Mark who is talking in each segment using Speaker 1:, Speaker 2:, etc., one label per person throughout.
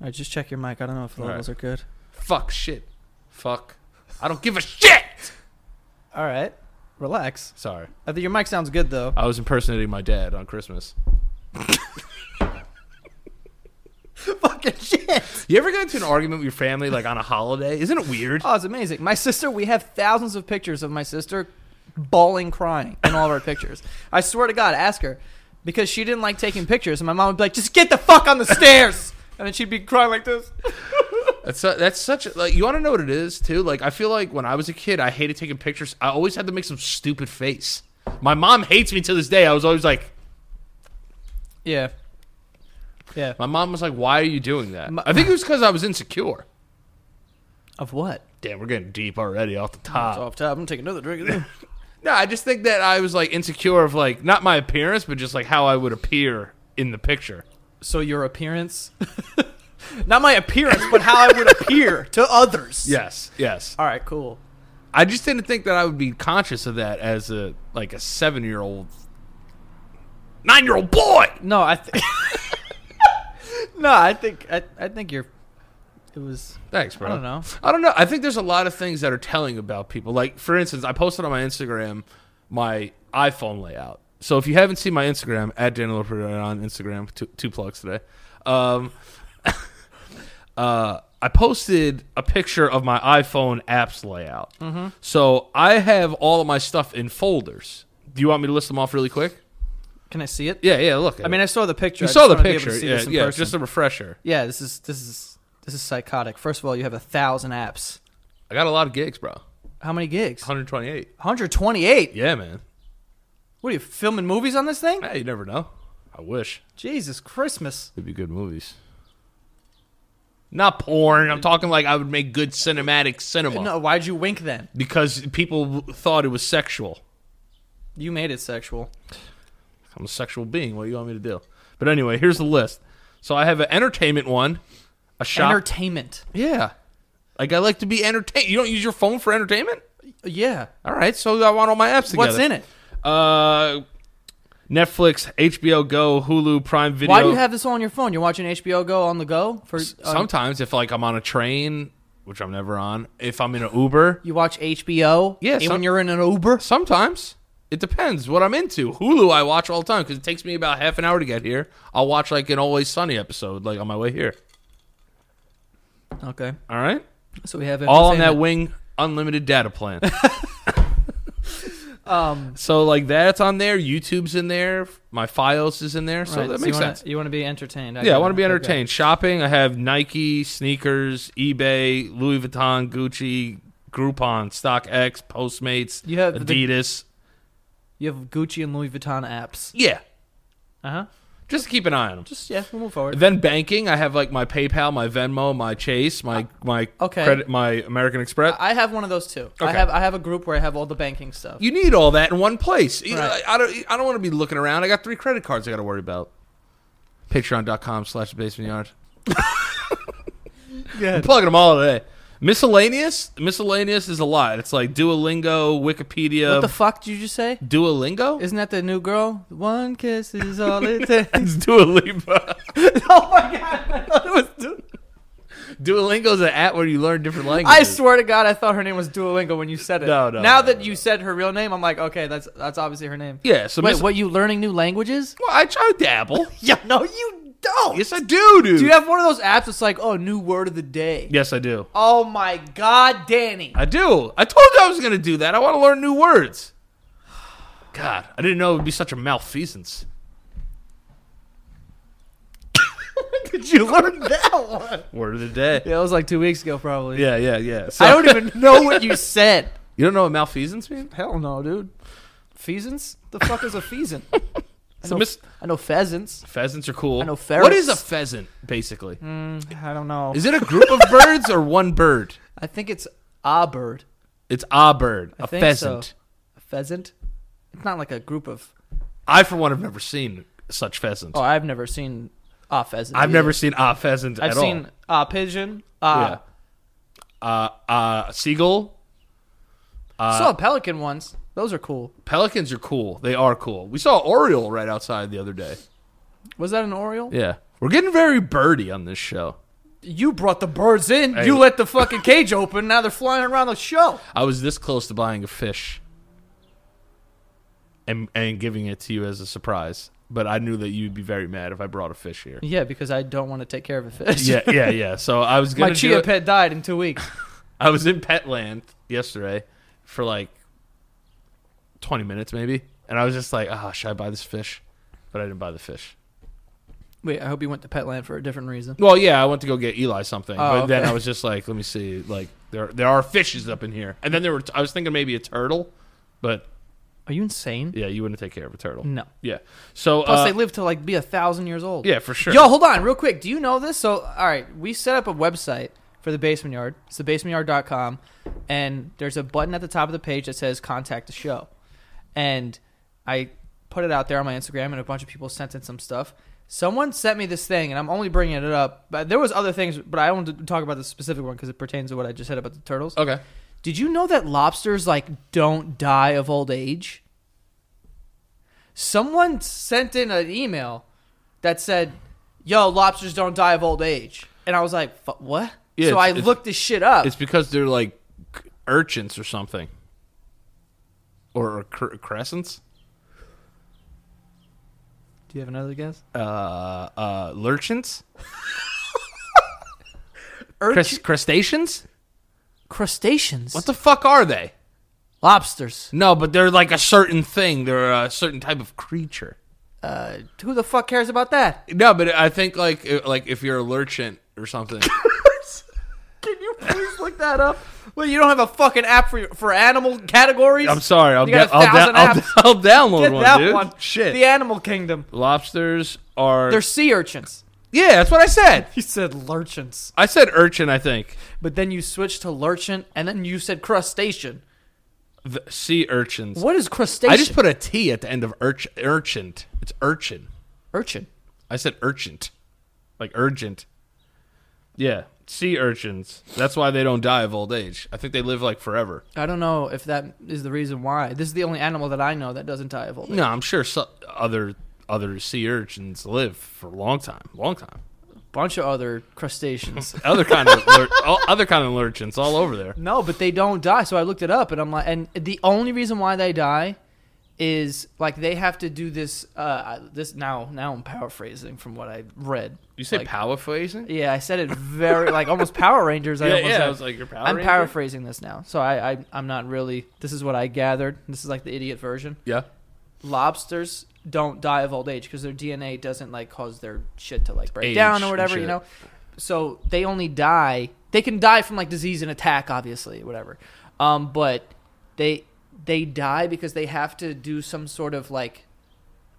Speaker 1: All right, just check your mic. I don't know if the
Speaker 2: All right.
Speaker 1: levels are good.
Speaker 2: Fuck shit. Fuck. I don't give a shit.
Speaker 1: All right, relax.
Speaker 2: Sorry.
Speaker 1: I think your mic sounds good though.
Speaker 2: I was impersonating my dad on Christmas.
Speaker 1: Fucking shit.
Speaker 2: You ever get into an argument with your family like on a holiday? Isn't it weird?
Speaker 1: Oh, it's amazing. My sister, we have thousands of pictures of my sister bawling, crying in all of our pictures. I swear to God, ask her because she didn't like taking pictures, and my mom would be like, "Just get the fuck on the stairs," and then she'd be crying like this.
Speaker 2: That's su- that's such a, like you want to know what it is too. Like I feel like when I was a kid, I hated taking pictures. I always had to make some stupid face. My mom hates me to this day. I was always like,
Speaker 1: Yeah. Yeah.
Speaker 2: my mom was like, "Why are you doing that?"
Speaker 1: My-
Speaker 2: I think it was because I was insecure.
Speaker 1: Of what? Uh.
Speaker 2: Damn, we're getting deep already off the
Speaker 1: It's
Speaker 2: top.
Speaker 1: off top. I'm gonna take another drink.
Speaker 2: No, I just think that I was like insecure of like not my appearance, but just like how I would appear in the picture.
Speaker 1: so your appearance, not my appearance, but how I would appear to others.
Speaker 2: Yes, yes.
Speaker 1: All right. Cool.
Speaker 2: I just didn't think that I would be conscious of that as a like a seven year old, nine year old boy.
Speaker 1: No, I. Th- no, I think I, I think you're. It was.
Speaker 2: Thanks, bro.
Speaker 1: I don't know.
Speaker 2: I don't know. I think there's a lot of things that are telling about people. Like, for instance, I posted on my Instagram my iPhone layout. So if you haven't seen my Instagram, at Daniel Laperia on Instagram, two, two plugs today. Um, uh, I posted a picture of my iPhone apps layout.
Speaker 1: Mm-hmm.
Speaker 2: So I have all of my stuff in folders. Do you want me to list them off really quick?
Speaker 1: Can I see it?
Speaker 2: Yeah, yeah. Look,
Speaker 1: I mean, I saw the picture.
Speaker 2: you
Speaker 1: I
Speaker 2: saw
Speaker 1: just
Speaker 2: the
Speaker 1: wanna be able to
Speaker 2: picture.
Speaker 1: see
Speaker 2: Yeah,
Speaker 1: this in
Speaker 2: yeah.
Speaker 1: person.
Speaker 2: Just a refresher.
Speaker 1: yeah. This is this is this is psychotic. First of all, you have a thousand apps.
Speaker 2: I got a lot of gigs, bro.
Speaker 1: How many gigs?
Speaker 2: 128.
Speaker 1: 128.
Speaker 2: Yeah, man.
Speaker 1: What are you filming movies on this thing?
Speaker 2: Hey, you never know. I wish.
Speaker 1: Jesus Christmas.
Speaker 2: It'd be good movies. Not porn. I'm talking like I would make good cinematic cinema.
Speaker 1: No, why'd you wink then?
Speaker 2: Because people thought it was sexual.
Speaker 1: You made it sexual.
Speaker 2: I'm a sexual being. What do you want me to do? But anyway, here's the list. So I have an entertainment one, a shop.
Speaker 1: Entertainment.
Speaker 2: yeah. Like I like to be entertained. You don't use your phone for entertainment?
Speaker 1: Yeah.
Speaker 2: All right. So I want all my apps together.
Speaker 1: What's in it?
Speaker 2: Uh, Netflix, HBO Go, Hulu, Prime Video.
Speaker 1: Why do you have this all on your phone? You're watching HBO Go on the go for uh, on-
Speaker 2: Sometimes if like I'm on a train, which I'm never on, if I'm in an Uber,
Speaker 1: you watch HBO.
Speaker 2: Yeah,
Speaker 1: and
Speaker 2: some-
Speaker 1: when you're in an Uber.
Speaker 2: Sometimes. It depends what I'm into. Hulu I watch all the time because it takes me about half an hour to get here. I'll watch like an Always Sunny episode like on my way here.
Speaker 1: Okay.
Speaker 2: All right,
Speaker 1: So we have
Speaker 2: all on that
Speaker 1: entertainment.
Speaker 2: wing, unlimited data plan. um. So like that's on there. YouTube's in there. My files is in there. So
Speaker 1: Right,
Speaker 2: that
Speaker 1: so
Speaker 2: makes
Speaker 1: you wanna,
Speaker 2: sense.
Speaker 1: You want to be entertained.
Speaker 2: yeah, I
Speaker 1: get
Speaker 2: want to
Speaker 1: it.
Speaker 2: be
Speaker 1: Okay.
Speaker 2: entertained. Shopping, I have Nike, sneakers, eBay, Louis Vuitton, Gucci, Groupon, StockX, Postmates,
Speaker 1: You have the-
Speaker 2: Adidas.
Speaker 1: You have Gucci and Louis Vuitton apps.
Speaker 2: yeah,
Speaker 1: Uh
Speaker 2: Uh-huh.
Speaker 1: huh.
Speaker 2: just keep an eye on them.
Speaker 1: Just yeah, we'll move forward.
Speaker 2: Then banking, I have like my PayPal, my Venmo, my Chase, my my
Speaker 1: Uh, Okay.
Speaker 2: credit, my American Express.
Speaker 1: I have one of those too. I
Speaker 2: Okay.
Speaker 1: have I have a group where I have all the banking stuff.
Speaker 2: you need all that in one place. You know,
Speaker 1: Right.
Speaker 2: I, I don't. I don't want to be looking around. I got three credit cards I got to worry about. Patreon.com slash basement yard. I'm plugging them all today. Miscellaneous, miscellaneous is a lot. It's like Duolingo, Wikipedia.
Speaker 1: what the fuck did you just say?
Speaker 2: Duolingo?
Speaker 1: Isn't that the new girl? One kiss is all it takes.
Speaker 2: It's Duolingo.
Speaker 1: oh my god! I thought it was. Du-
Speaker 2: Duolingo's an app where you learn different languages.
Speaker 1: I swear to God, I thought her name was Duolingo when you said it.
Speaker 2: No, no,
Speaker 1: Now
Speaker 2: no,
Speaker 1: that
Speaker 2: no,
Speaker 1: you
Speaker 2: no.
Speaker 1: said her real name, I'm like, okay, that's that's obviously her name.
Speaker 2: Yeah. So
Speaker 1: Wait,
Speaker 2: mis-
Speaker 1: what? You learning new languages?
Speaker 2: Well, I try to dabble.
Speaker 1: Yeah, no, you don't.
Speaker 2: yes, I do, dude.
Speaker 1: Do you have one of those apps that's like, oh, new word of the day?
Speaker 2: yes, I do.
Speaker 1: Oh my God, Danny.
Speaker 2: I do. I told you I was going to do that. I want to learn new words. God, I didn't know it would be such a malfeasance.
Speaker 1: Did you learn that one?
Speaker 2: Word of the day.
Speaker 1: Yeah, it was like two weeks ago, probably.
Speaker 2: Yeah, yeah, yeah. So,
Speaker 1: I don't even know what you said.
Speaker 2: you don't know what malfeasance means?
Speaker 1: Hell no, dude. Feasance? The fuck is a pheasant? I know,
Speaker 2: mis-
Speaker 1: I know pheasants.
Speaker 2: Pheasants are cool.
Speaker 1: I know
Speaker 2: What is a
Speaker 1: ferrets. Hmm.
Speaker 2: pheasant, basically?
Speaker 1: Mm, I don't know.
Speaker 2: Is it a group of birds or one bird?
Speaker 1: I think it's a bird.
Speaker 2: It's a bird,
Speaker 1: I
Speaker 2: a
Speaker 1: think
Speaker 2: pheasant.
Speaker 1: So. A pheasant? It's not like a group of.
Speaker 2: I, for one, have never seen such pheasants.
Speaker 1: Oh, I've never seen a pheasant.
Speaker 2: I've
Speaker 1: either.
Speaker 2: never seen a pheasant
Speaker 1: I've
Speaker 2: at
Speaker 1: seen
Speaker 2: all.
Speaker 1: a pigeon. Uh,
Speaker 2: yeah. Uh, uh, seagull.
Speaker 1: I saw a pelican once. Those are cool.
Speaker 2: Pelicans are cool. They are cool. We saw an oriole right outside the other day.
Speaker 1: Was that an oriole?
Speaker 2: Yeah. We're getting very birdy on this show.
Speaker 1: You brought the birds in.
Speaker 2: Hey.
Speaker 1: You let the fucking cage open. Now they're flying around the show.
Speaker 2: I was this close to buying a fish and and giving it to you as a surprise, but I knew that you'd be very mad if I brought a fish here.
Speaker 1: Yeah, because I don't want to take care of a fish.
Speaker 2: yeah, yeah, yeah. So I was gonna
Speaker 1: My
Speaker 2: do
Speaker 1: chia
Speaker 2: it-
Speaker 1: pet died in two weeks.
Speaker 2: I was in Petland yesterday for like twenty minutes maybe, and I was just like, ah, should I buy this fish? But I didn't buy the fish.
Speaker 1: Wait, I hope you went to Petland for a different reason.
Speaker 2: Well, yeah, I went to go get Eli something, but
Speaker 1: Oh, okay.
Speaker 2: then I was just like, let me see, like there there are fishes up in here, and then there were I was thinking maybe a turtle, but
Speaker 1: Are you insane?
Speaker 2: yeah, you wouldn't take care of a turtle.
Speaker 1: No.
Speaker 2: Yeah. So
Speaker 1: Mm. Plus,
Speaker 2: uh,
Speaker 1: they live to like be a thousand years old.
Speaker 2: yeah, for sure.
Speaker 1: Yo, hold on, real quick. Do you know this? So, all right, we set up a website for the basement yard. It's thebasementyard.com, and there's a button at the top of the page that says contact the show. And I put it out there on my Instagram, and a bunch of people sent in some stuff. Someone sent me this thing, and I'm only bringing it up. But there was other things, but I wanted to talk about this specific one because it pertains to what I just said about the turtles.
Speaker 2: Okay.
Speaker 1: Did you know that lobsters like don't die of old age? Someone sent in an email that said, "Yo, lobsters don't die of old age," and I was like, "Fu- "What?"
Speaker 2: Yeah,
Speaker 1: so
Speaker 2: it's-
Speaker 1: I
Speaker 2: it's-
Speaker 1: looked this shit up.
Speaker 2: It's because they're like c- urchins or something, or, or cr- crescents,
Speaker 1: Do you have another guess?
Speaker 2: uh, uh, lurchins,
Speaker 1: Urch-
Speaker 2: Crus- crustaceans.
Speaker 1: crustaceans.
Speaker 2: What the fuck are they?
Speaker 1: lobsters?
Speaker 2: No, but they're like a certain thing. They're a certain type of creature.
Speaker 1: Uh, who the fuck cares about that?
Speaker 2: No, but I think like i- like if you're a lurchin or something.
Speaker 1: Can you please look that up? Well, you don't have a fucking app for for animal categories.
Speaker 2: I'm sorry. I'll
Speaker 1: You got
Speaker 2: get.
Speaker 1: a
Speaker 2: I'll, da-
Speaker 1: thousand
Speaker 2: I'll,
Speaker 1: apps.
Speaker 2: I'll download
Speaker 1: Get
Speaker 2: one,
Speaker 1: that
Speaker 2: dude.
Speaker 1: one.
Speaker 2: Shit.
Speaker 1: The animal kingdom.
Speaker 2: Lobsters are.
Speaker 1: They're sea urchins.
Speaker 2: yeah, that's what I said.
Speaker 1: He said lurchins.
Speaker 2: I said urchin. I think
Speaker 1: but then you switched to lurchant, and then you said crustacean.
Speaker 2: the sea urchins.
Speaker 1: What is crustacean?
Speaker 2: I just put a T at the end of urch- urchin. It's urchin.
Speaker 1: urchin.
Speaker 2: I said urgent, like urgent. Yeah, sea urchins. That's why they don't die of old age. I think they live like forever.
Speaker 1: I don't know if that is the reason why. This is the only animal that I know that doesn't die of old age.
Speaker 2: No, I'm sure so- other other sea urchins live for a long time, long time.
Speaker 1: Bunch of other crustaceans.
Speaker 2: Other kind of lur- all, other kind of lurchins all over there.
Speaker 1: no, but they don't die. So I looked it up, and I'm like, and the only reason why they die is like they have to do this. Uh, this now, now I'm paraphrasing from what I read.
Speaker 2: You say
Speaker 1: Like-
Speaker 2: power phasing?
Speaker 1: Yeah, I said it very like almost Power Rangers. I
Speaker 2: Yeah,
Speaker 1: almost
Speaker 2: yeah.
Speaker 1: said.
Speaker 2: I was like, you're Power
Speaker 1: I'm
Speaker 2: Ranger?
Speaker 1: paraphrasing this now, so I, I I'm not really. This is what I gathered. This is like the idiot version.
Speaker 2: Yeah.
Speaker 1: Lobsters don't die of old age because their DNA doesn't like cause their shit to like break
Speaker 2: Age
Speaker 1: down or
Speaker 2: and
Speaker 1: whatever, you
Speaker 2: shit.
Speaker 1: know. So they only die. They can die from like disease and attack, obviously, whatever. Um, but they they die because they have to do some sort of like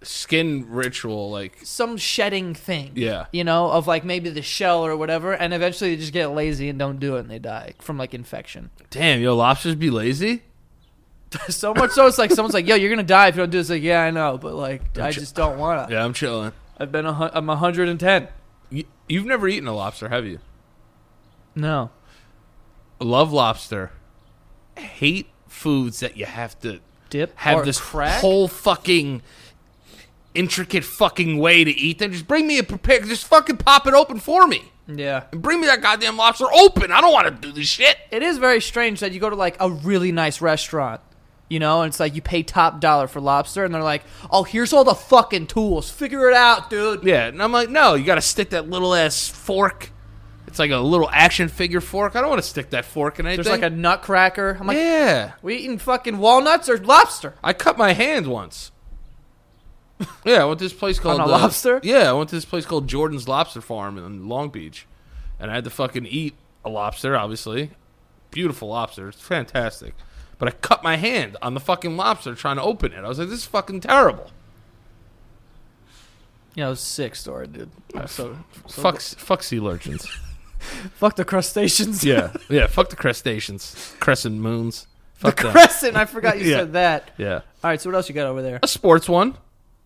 Speaker 2: Skin ritual, like
Speaker 1: some shedding thing.
Speaker 2: Yeah.
Speaker 1: You know, of like maybe the shell or whatever, and eventually they just get lazy and don't do it and they die from like infection.
Speaker 2: damn, yo, lobsters be lazy.
Speaker 1: so much so it's like someone's like, "Yo, you're gonna die if you don't do this." Like, yeah, I know, but like, I
Speaker 2: ch-
Speaker 1: just don't wanna.
Speaker 2: Yeah, I'm chilling.
Speaker 1: I've been a, hun- I'm 110.
Speaker 2: You, you've never eaten a lobster, have you?
Speaker 1: No,
Speaker 2: Love lobster. Hate foods that you have to
Speaker 1: dip
Speaker 2: have
Speaker 1: or
Speaker 2: this
Speaker 1: crack.
Speaker 2: whole fucking intricate fucking way to eat them. Just bring me a prepared. Just fucking pop it open for me.
Speaker 1: yeah.
Speaker 2: And bring me that goddamn lobster open. I don't want to do this shit.
Speaker 1: It is very strange that you go to like a really nice restaurant, you know, and it's like you pay top dollar for lobster, and they're like, "Oh, here's all the fucking tools. Figure it out, dude."
Speaker 2: Yeah, and I'm like, no, you got to stick that little ass fork. It's like a little action figure fork. I don't want to stick that fork in anything.
Speaker 1: There's like a nutcracker. I'm like,
Speaker 2: yeah.
Speaker 1: we eating fucking walnuts or lobster?
Speaker 2: I cut my hand once. Yeah, I went to this place called
Speaker 1: a
Speaker 2: uh,
Speaker 1: lobster?
Speaker 2: Yeah, I went to this place called Jordan's Lobster Farm in Long Beach, and I had to fucking eat a lobster. Obviously, beautiful lobster, it's fantastic. But I cut my hand on the fucking lobster trying to open it. I was like, "This is fucking terrible."
Speaker 1: You know, sick story, dude. I'm so, so
Speaker 2: fuck, fuck sea urchins.
Speaker 1: fuck the crustaceans.
Speaker 2: yeah, yeah. Fuck the crustaceans, crescent moons. Fuck
Speaker 1: the
Speaker 2: them.
Speaker 1: crescent. I forgot you
Speaker 2: Yeah.
Speaker 1: said that.
Speaker 2: yeah,
Speaker 1: All right, so what else you got over there?
Speaker 2: a sports one. E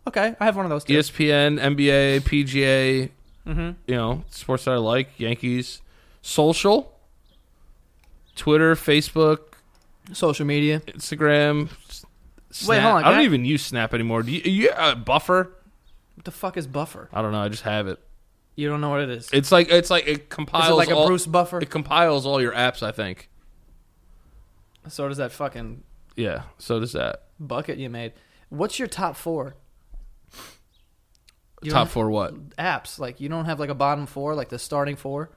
Speaker 1: Okay, I have one of those. Too.
Speaker 2: ESPN, NBA, PGA,
Speaker 1: Mm-hmm.
Speaker 2: you know, sports that I like, Yankees, social, Twitter, Facebook,
Speaker 1: Social media.
Speaker 2: Instagram. Snap.
Speaker 1: hold on,
Speaker 2: I
Speaker 1: can
Speaker 2: don't
Speaker 1: I-
Speaker 2: even use Snap anymore. Do you, you uh, Buffer?
Speaker 1: What the fuck is Buffer?
Speaker 2: I don't know. I just have it.
Speaker 1: You don't know what it is.
Speaker 2: It's like it's like it compiles
Speaker 1: Is it like a
Speaker 2: all,
Speaker 1: Bruce buffer?
Speaker 2: It compiles all your apps, I think.
Speaker 1: so does that fucking
Speaker 2: Yeah. So does that.
Speaker 1: bucket you made. What's your top four? You
Speaker 2: Top
Speaker 1: don't-
Speaker 2: four what?
Speaker 1: apps. Like you don't have like a bottom four, like the starting four.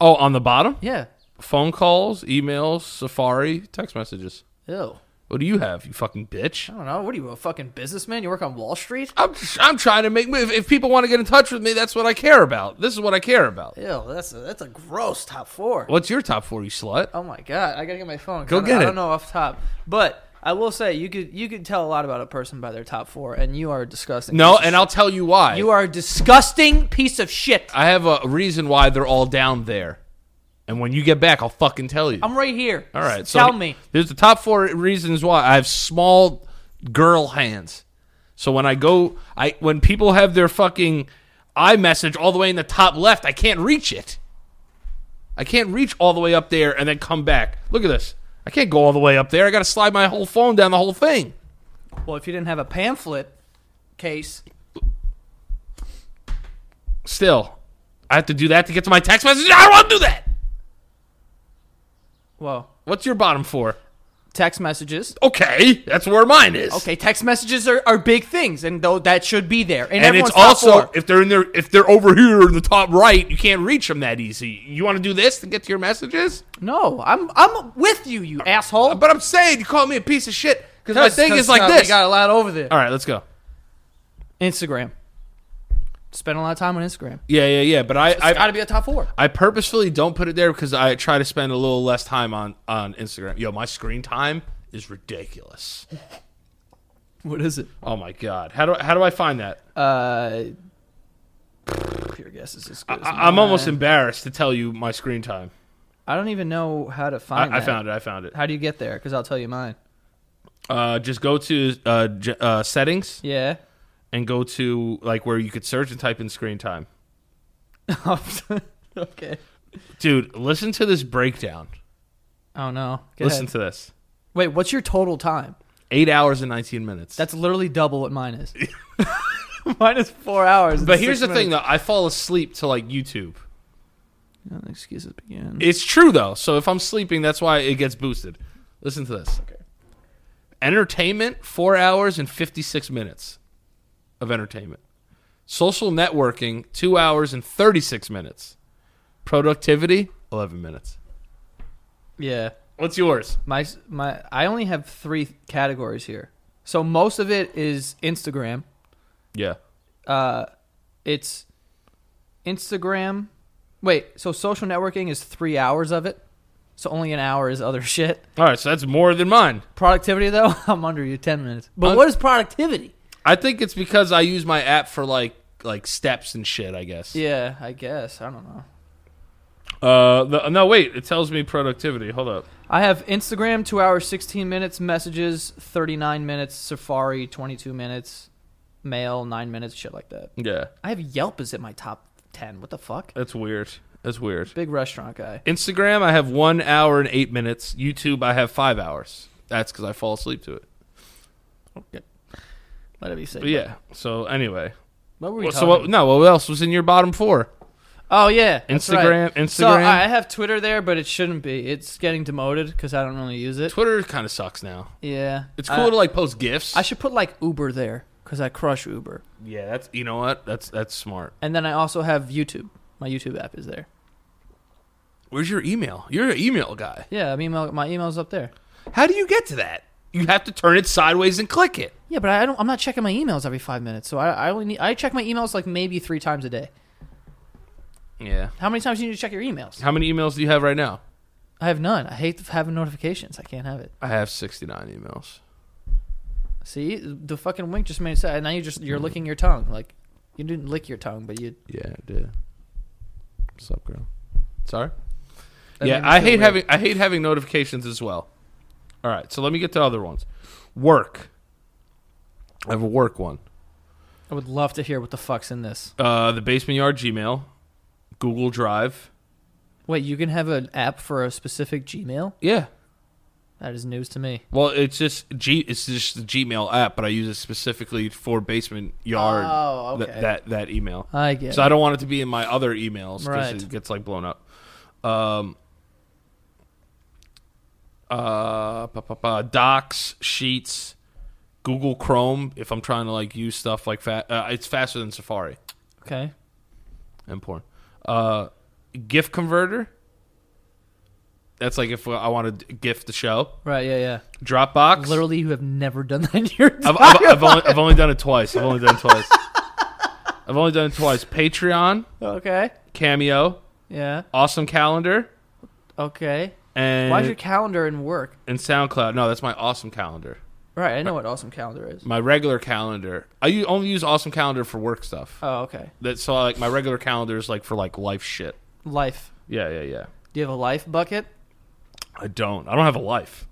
Speaker 2: Oh, on the bottom?
Speaker 1: Yeah.
Speaker 2: Phone calls, emails, Safari, text messages.
Speaker 1: Ew.
Speaker 2: What do you have, you fucking bitch?
Speaker 1: I don't know. What are you, a fucking businessman? You work on Wall Street?
Speaker 2: I'm I'm trying to make move. If people want to get in touch with me, that's what I care about. This is what I care about.
Speaker 1: Ew. That's a, that's a gross top four.
Speaker 2: What's your top four, you slut?
Speaker 1: Oh my god. I gotta get my phone. 'cause
Speaker 2: Go
Speaker 1: I don't-
Speaker 2: get
Speaker 1: I
Speaker 2: it.
Speaker 1: don't know off top, but I will say you could you could tell a lot about a person by their top four, and you are a disgusting.
Speaker 2: No,
Speaker 1: piece of
Speaker 2: and I'll tell you why.
Speaker 1: shit. you are a disgusting piece of shit.
Speaker 2: I have a reason why they're all down there. And when you get back, I'll fucking tell you.
Speaker 1: I'm right here.
Speaker 2: all right.
Speaker 1: Tell
Speaker 2: so
Speaker 1: me.
Speaker 2: There's the top four reasons why I have small girl hands. So when I go, I when people have their fucking iMessage all the way in the top left, I can't reach it. I can't reach all the way up there and then come back. Look at this. I can't go all the way up there. I got to slide my whole phone down the whole thing.
Speaker 1: Well, if you didn't have a pamphlet case,
Speaker 2: Still, I have to do that to get to my text message. I don't want to do that.
Speaker 1: well,
Speaker 2: What's your bottom four?
Speaker 1: text messages.
Speaker 2: Okay, that's where mine is.
Speaker 1: Okay, text messages are, are big things, and though that should be there, and,
Speaker 2: and
Speaker 1: everyone's
Speaker 2: it's also
Speaker 1: top four.
Speaker 2: if they're in their if they're over here in the top right, you can't reach them that easy. You want to do this to get to your messages?
Speaker 1: no. I'm I'm with you, you asshole.
Speaker 2: But I'm saying you call me a piece of shit because my thing is like
Speaker 1: uh,
Speaker 2: this.
Speaker 1: We got a lot over there.
Speaker 2: All right, let's go.
Speaker 1: Instagram. Spend a lot of time on Instagram.
Speaker 2: Yeah, yeah, yeah. But I
Speaker 1: It's got
Speaker 2: I,
Speaker 1: to be a top four.
Speaker 2: I purposefully don't put it there because I try to spend a little less time on on Instagram. Yo, my screen time is ridiculous.
Speaker 1: What is it?
Speaker 2: Oh my god, how do I, how do I find that?
Speaker 1: Uh, your guess is as good as
Speaker 2: I, I'm almost
Speaker 1: mine.
Speaker 2: embarrassed to tell you my screen time.
Speaker 1: I don't even know how to find.
Speaker 2: I, I
Speaker 1: that.
Speaker 2: found it. I found it.
Speaker 1: How do you get there? Because I'll tell you mine.
Speaker 2: Uh, just go to uh, j- uh, settings
Speaker 1: Yeah.
Speaker 2: and go to like where you could search and type in screen time.
Speaker 1: okay.
Speaker 2: Dude, listen to this breakdown.
Speaker 1: Oh no. Go
Speaker 2: listen
Speaker 1: ahead.
Speaker 2: to this.
Speaker 1: Wait, what's your total time?
Speaker 2: Eight hours and nineteen minutes.
Speaker 1: That's literally double what mine is. mine is four hours. and
Speaker 2: but here's
Speaker 1: six
Speaker 2: the thing
Speaker 1: minutes.
Speaker 2: though, I fall asleep to like YouTube.
Speaker 1: No, the excuses begin.
Speaker 2: It's true though, so if I'm sleeping, that's why it gets boosted. Listen to this. Okay. Entertainment, four hours and fifty six minutes of entertainment. Social networking, two hours and thirty six minutes. Productivity, eleven minutes.
Speaker 1: yeah.
Speaker 2: What's yours?
Speaker 1: My my I only have 3 categories here. So most of it is Instagram.
Speaker 2: Yeah.
Speaker 1: Uh it's Instagram. Wait, so social networking is 3 hours of it. So only an hour is other shit.
Speaker 2: All right, so that's more than mine.
Speaker 1: Productivity though, I'm under you 10 minutes. But
Speaker 2: Un-
Speaker 1: what is productivity?
Speaker 2: I think it's because I use my app for like like steps and shit. I guess.
Speaker 1: Yeah, I guess. I don't know.
Speaker 2: Uh, the, no, wait. It tells me productivity. Hold up.
Speaker 1: I have Instagram 2 hours 16 minutes, messages 39 minutes, Safari 22 minutes, mail 9 minutes, shit like that.
Speaker 2: Yeah,
Speaker 1: I have Yelp is in my top 10. What the fuck?
Speaker 2: that's weird. That's weird.
Speaker 1: Big restaurant guy.
Speaker 2: Instagram, I have one hour and eight minutes. YouTube, I have five hours. That's because I fall asleep to it.
Speaker 1: Let it be said.
Speaker 2: But yeah. So anyway,
Speaker 1: What were we
Speaker 2: Well, so
Speaker 1: talking
Speaker 2: what, no. What else was in your bottom four?
Speaker 1: Oh, yeah. that's right.
Speaker 2: Instagram,
Speaker 1: So
Speaker 2: Instagram.
Speaker 1: I have Twitter there, but it shouldn't be. It's getting demoted because I don't really use it.
Speaker 2: Twitter kind of sucks now.
Speaker 1: Yeah.
Speaker 2: It's cool
Speaker 1: I,
Speaker 2: to like post gifs.
Speaker 1: I should put like Uber there because I crush Uber.
Speaker 2: yeah, that's you know what? That's that's smart.
Speaker 1: And then I also have YouTube. My YouTube app is there.
Speaker 2: Where's your email? You're an email guy.
Speaker 1: Yeah, my, email, my email's up there.
Speaker 2: How do you get to that? You have to turn it sideways and click it.
Speaker 1: Yeah, but I don't. I'm not checking my emails every five minutes, so I, I only need. I check my emails like maybe three times a day.
Speaker 2: Yeah.
Speaker 1: How many times do you need to check your emails?
Speaker 2: How many emails do you have right now?
Speaker 1: I have none. I hate having notifications. I can't have it.
Speaker 2: I have 69 emails.
Speaker 1: See, the fucking wink just made it sad. Now you just you're licking your tongue. Like you didn't lick your tongue, but you.
Speaker 2: Yeah, I did. What's up, girl? Sorry.
Speaker 1: That
Speaker 2: yeah,
Speaker 1: made me
Speaker 2: I
Speaker 1: feel
Speaker 2: hate
Speaker 1: weird.
Speaker 2: having I hate having notifications as well. All right, so let me get to other ones. Work. I have a work one.
Speaker 1: I would love to hear what the fuck's in this.
Speaker 2: Uh, the basement yard Gmail, Google Drive.
Speaker 1: Wait, you can have an app for a specific Gmail?
Speaker 2: Yeah.
Speaker 1: That is news to me.
Speaker 2: Well, it's just G. It's just the Gmail app, but I use it specifically for basement yard.
Speaker 1: Oh,
Speaker 2: th-
Speaker 1: okay.
Speaker 2: that that email.
Speaker 1: I get
Speaker 2: so
Speaker 1: it.
Speaker 2: I don't want it to be in my other emails because
Speaker 1: Right.
Speaker 2: it gets like blown up. Um. Uh, pa, pa, pa, docs, sheets, Google Chrome. If I'm trying to like use stuff like fa- uh, it's faster than Safari
Speaker 1: Okay.
Speaker 2: and porn. Uh, GIF converter. That's like if I want to GIF the show.
Speaker 1: Right. Yeah. Yeah.
Speaker 2: Dropbox.
Speaker 1: Literally, you have never done that in your
Speaker 2: I've, I've, I've, only, I've only done it twice. I've only done it twice. I've only done it twice. Patreon,
Speaker 1: Okay.
Speaker 2: Cameo,
Speaker 1: Yeah.
Speaker 2: Awesome Calendar,
Speaker 1: Okay.
Speaker 2: and
Speaker 1: Why's your calendar in work?
Speaker 2: and SoundCloud. No, that's my Awesome Calendar.
Speaker 1: Right. I know what awesome calendar is.
Speaker 2: My regular calendar. I u- only use Awesome Calendar for work stuff.
Speaker 1: Oh, okay.
Speaker 2: That's so like my regular calendar is like for like life shit.
Speaker 1: Life.
Speaker 2: Yeah, yeah, yeah.
Speaker 1: Do you have a life bucket?
Speaker 2: I don't. I don't have a life.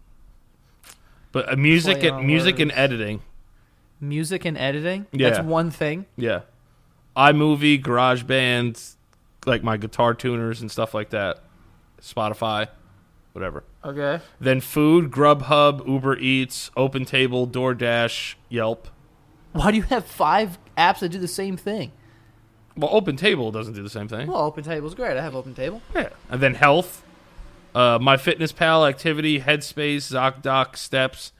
Speaker 2: But uh, music
Speaker 1: Play
Speaker 2: and
Speaker 1: on
Speaker 2: music and
Speaker 1: words.
Speaker 2: editing.
Speaker 1: Music and editing.
Speaker 2: Yeah.
Speaker 1: That's one thing.
Speaker 2: Yeah. iMovie, GarageBand, like my guitar tuners and stuff like that. Spotify, whatever.
Speaker 1: Okay.
Speaker 2: Then food, Grubhub, Uber Eats, OpenTable, DoorDash, Yelp.
Speaker 1: Why do you have five apps that do the same thing?
Speaker 2: Well, OpenTable doesn't do the same thing.
Speaker 1: Well, Open Table's great. I have Open Table.
Speaker 2: Yeah. And then health, uh, MyFitnessPal, Activity, Headspace, ZocDoc, Steps,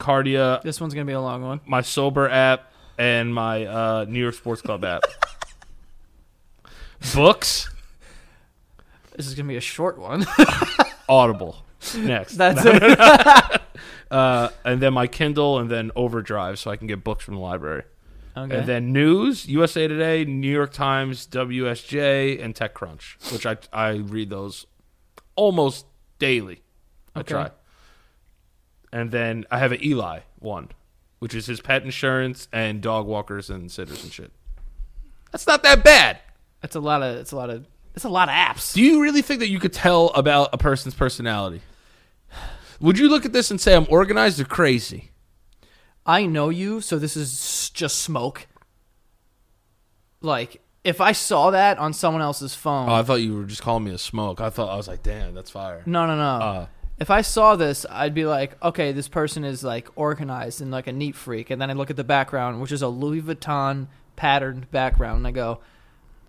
Speaker 2: Cardia,
Speaker 1: This one's gonna be a long one.
Speaker 2: my Sober app, and my uh, New York Sports Club app. Books,
Speaker 1: This is gonna be a short one.
Speaker 2: Audible. Next.
Speaker 1: That's it.
Speaker 2: uh, and then my Kindle, and then Overdrive, so I can get books from the library.
Speaker 1: Okay.
Speaker 2: And then news: USA Today, New York Times, WSJ, and TechCrunch, which I I read those almost daily. I
Speaker 1: Okay.
Speaker 2: try. And then I have an Eli one, which is his pet insurance and dog walkers and sitters and shit. That's not that bad.
Speaker 1: That's a lot of. It's a lot of. It's a lot of apps.
Speaker 2: Do you really think that you could tell about a person's personality? Would you look at this and say I'm organized or crazy?
Speaker 1: I know you, so this is s- just smoke. Like, if I saw that on someone else's phone,
Speaker 2: Oh, I thought you were just calling me a smoke. I thought I was like, damn, that's fire.
Speaker 1: no, no, no.
Speaker 2: Uh.
Speaker 1: if I saw this, I'd be like, okay, this person is like organized and like a neat freak. And then I look at the background, which is a Louis Vuitton patterned background, and I go,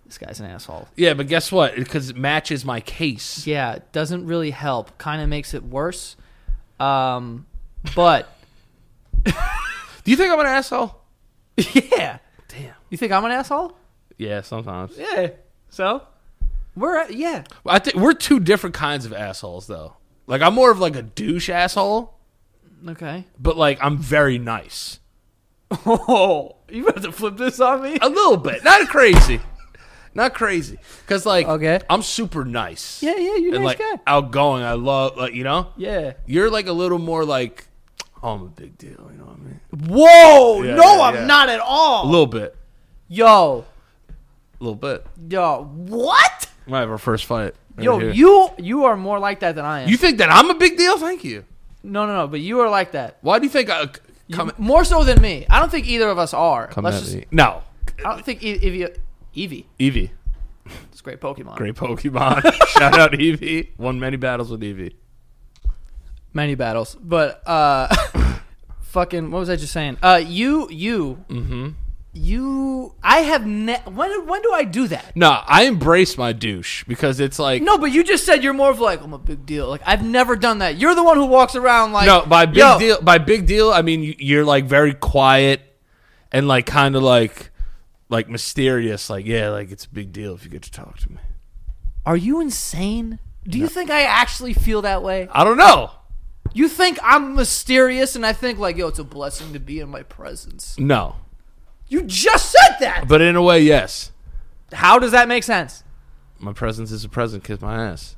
Speaker 1: this guy's an asshole.
Speaker 2: Yeah, but guess what? Because it matches my case.
Speaker 1: Yeah, it doesn't really help. Kind of makes it worse. Um, but
Speaker 2: Do you think I'm an asshole?
Speaker 1: yeah,
Speaker 2: Damn.
Speaker 1: you think I'm an asshole?
Speaker 2: Yeah, sometimes.
Speaker 1: Yeah. So we're at, yeah.
Speaker 2: I think we're two different kinds of assholes, though. Like I'm more of like a douche asshole,
Speaker 1: Okay.
Speaker 2: but like I'm very nice.
Speaker 1: Oh, you about to flip this on me?
Speaker 2: A little bit, not crazy, not crazy. Cause like,
Speaker 1: Okay.
Speaker 2: I'm super nice.
Speaker 1: Yeah, yeah, you're a
Speaker 2: and
Speaker 1: nice
Speaker 2: like
Speaker 1: guy.
Speaker 2: outgoing. I love, like you know.
Speaker 1: Yeah.
Speaker 2: You're like a little more like, oh, I'm a big deal. You know what I mean?
Speaker 1: Whoa!
Speaker 2: Yeah,
Speaker 1: no,
Speaker 2: yeah,
Speaker 1: I'm
Speaker 2: yeah.
Speaker 1: not at
Speaker 2: A
Speaker 1: all.
Speaker 2: little bit,
Speaker 1: Yo,
Speaker 2: a little bit.
Speaker 1: yo, what?
Speaker 2: Might have our first fight. right
Speaker 1: Yo,
Speaker 2: here.
Speaker 1: you you are more like that than I am.
Speaker 2: You think that I'm a big deal? Thank you.
Speaker 1: no, no, no. But you are like that.
Speaker 2: Why do you think I
Speaker 1: You-
Speaker 2: come?
Speaker 1: more so than me. I don't think either of us are.
Speaker 2: come
Speaker 1: Let's
Speaker 2: at
Speaker 1: just.
Speaker 2: me. No,
Speaker 1: I don't think e- Eevee. Eevee.
Speaker 2: Eevee,
Speaker 1: It's a great Pokemon.
Speaker 2: great Pokemon. Shout out Eevee. Won many battles with E Eevee.
Speaker 1: Many battles, but uh, fucking. What was I just saying? Uh, you, you, mm-hmm. you. I have. Ne- when when do I do that?
Speaker 2: No, I embrace my douche because it's like no,
Speaker 1: No, but you just said you're more of like I'm a big deal. Like I've never done that. You're the one who walks around like
Speaker 2: by big
Speaker 1: "Yo."
Speaker 2: deal. By big deal, I mean you- you're like very quiet and like kind of like like mysterious. Like yeah, like it's a big deal if you get to talk to me.
Speaker 1: Are you insane? Do you think I actually feel that way?
Speaker 2: I don't know.
Speaker 1: You think I'm mysterious and I think like yo, it's a blessing to be in my presence.
Speaker 2: No,
Speaker 1: You just said that.
Speaker 2: but in a way, yes.
Speaker 1: How does that make sense?
Speaker 2: My presence is a present. Kiss my ass.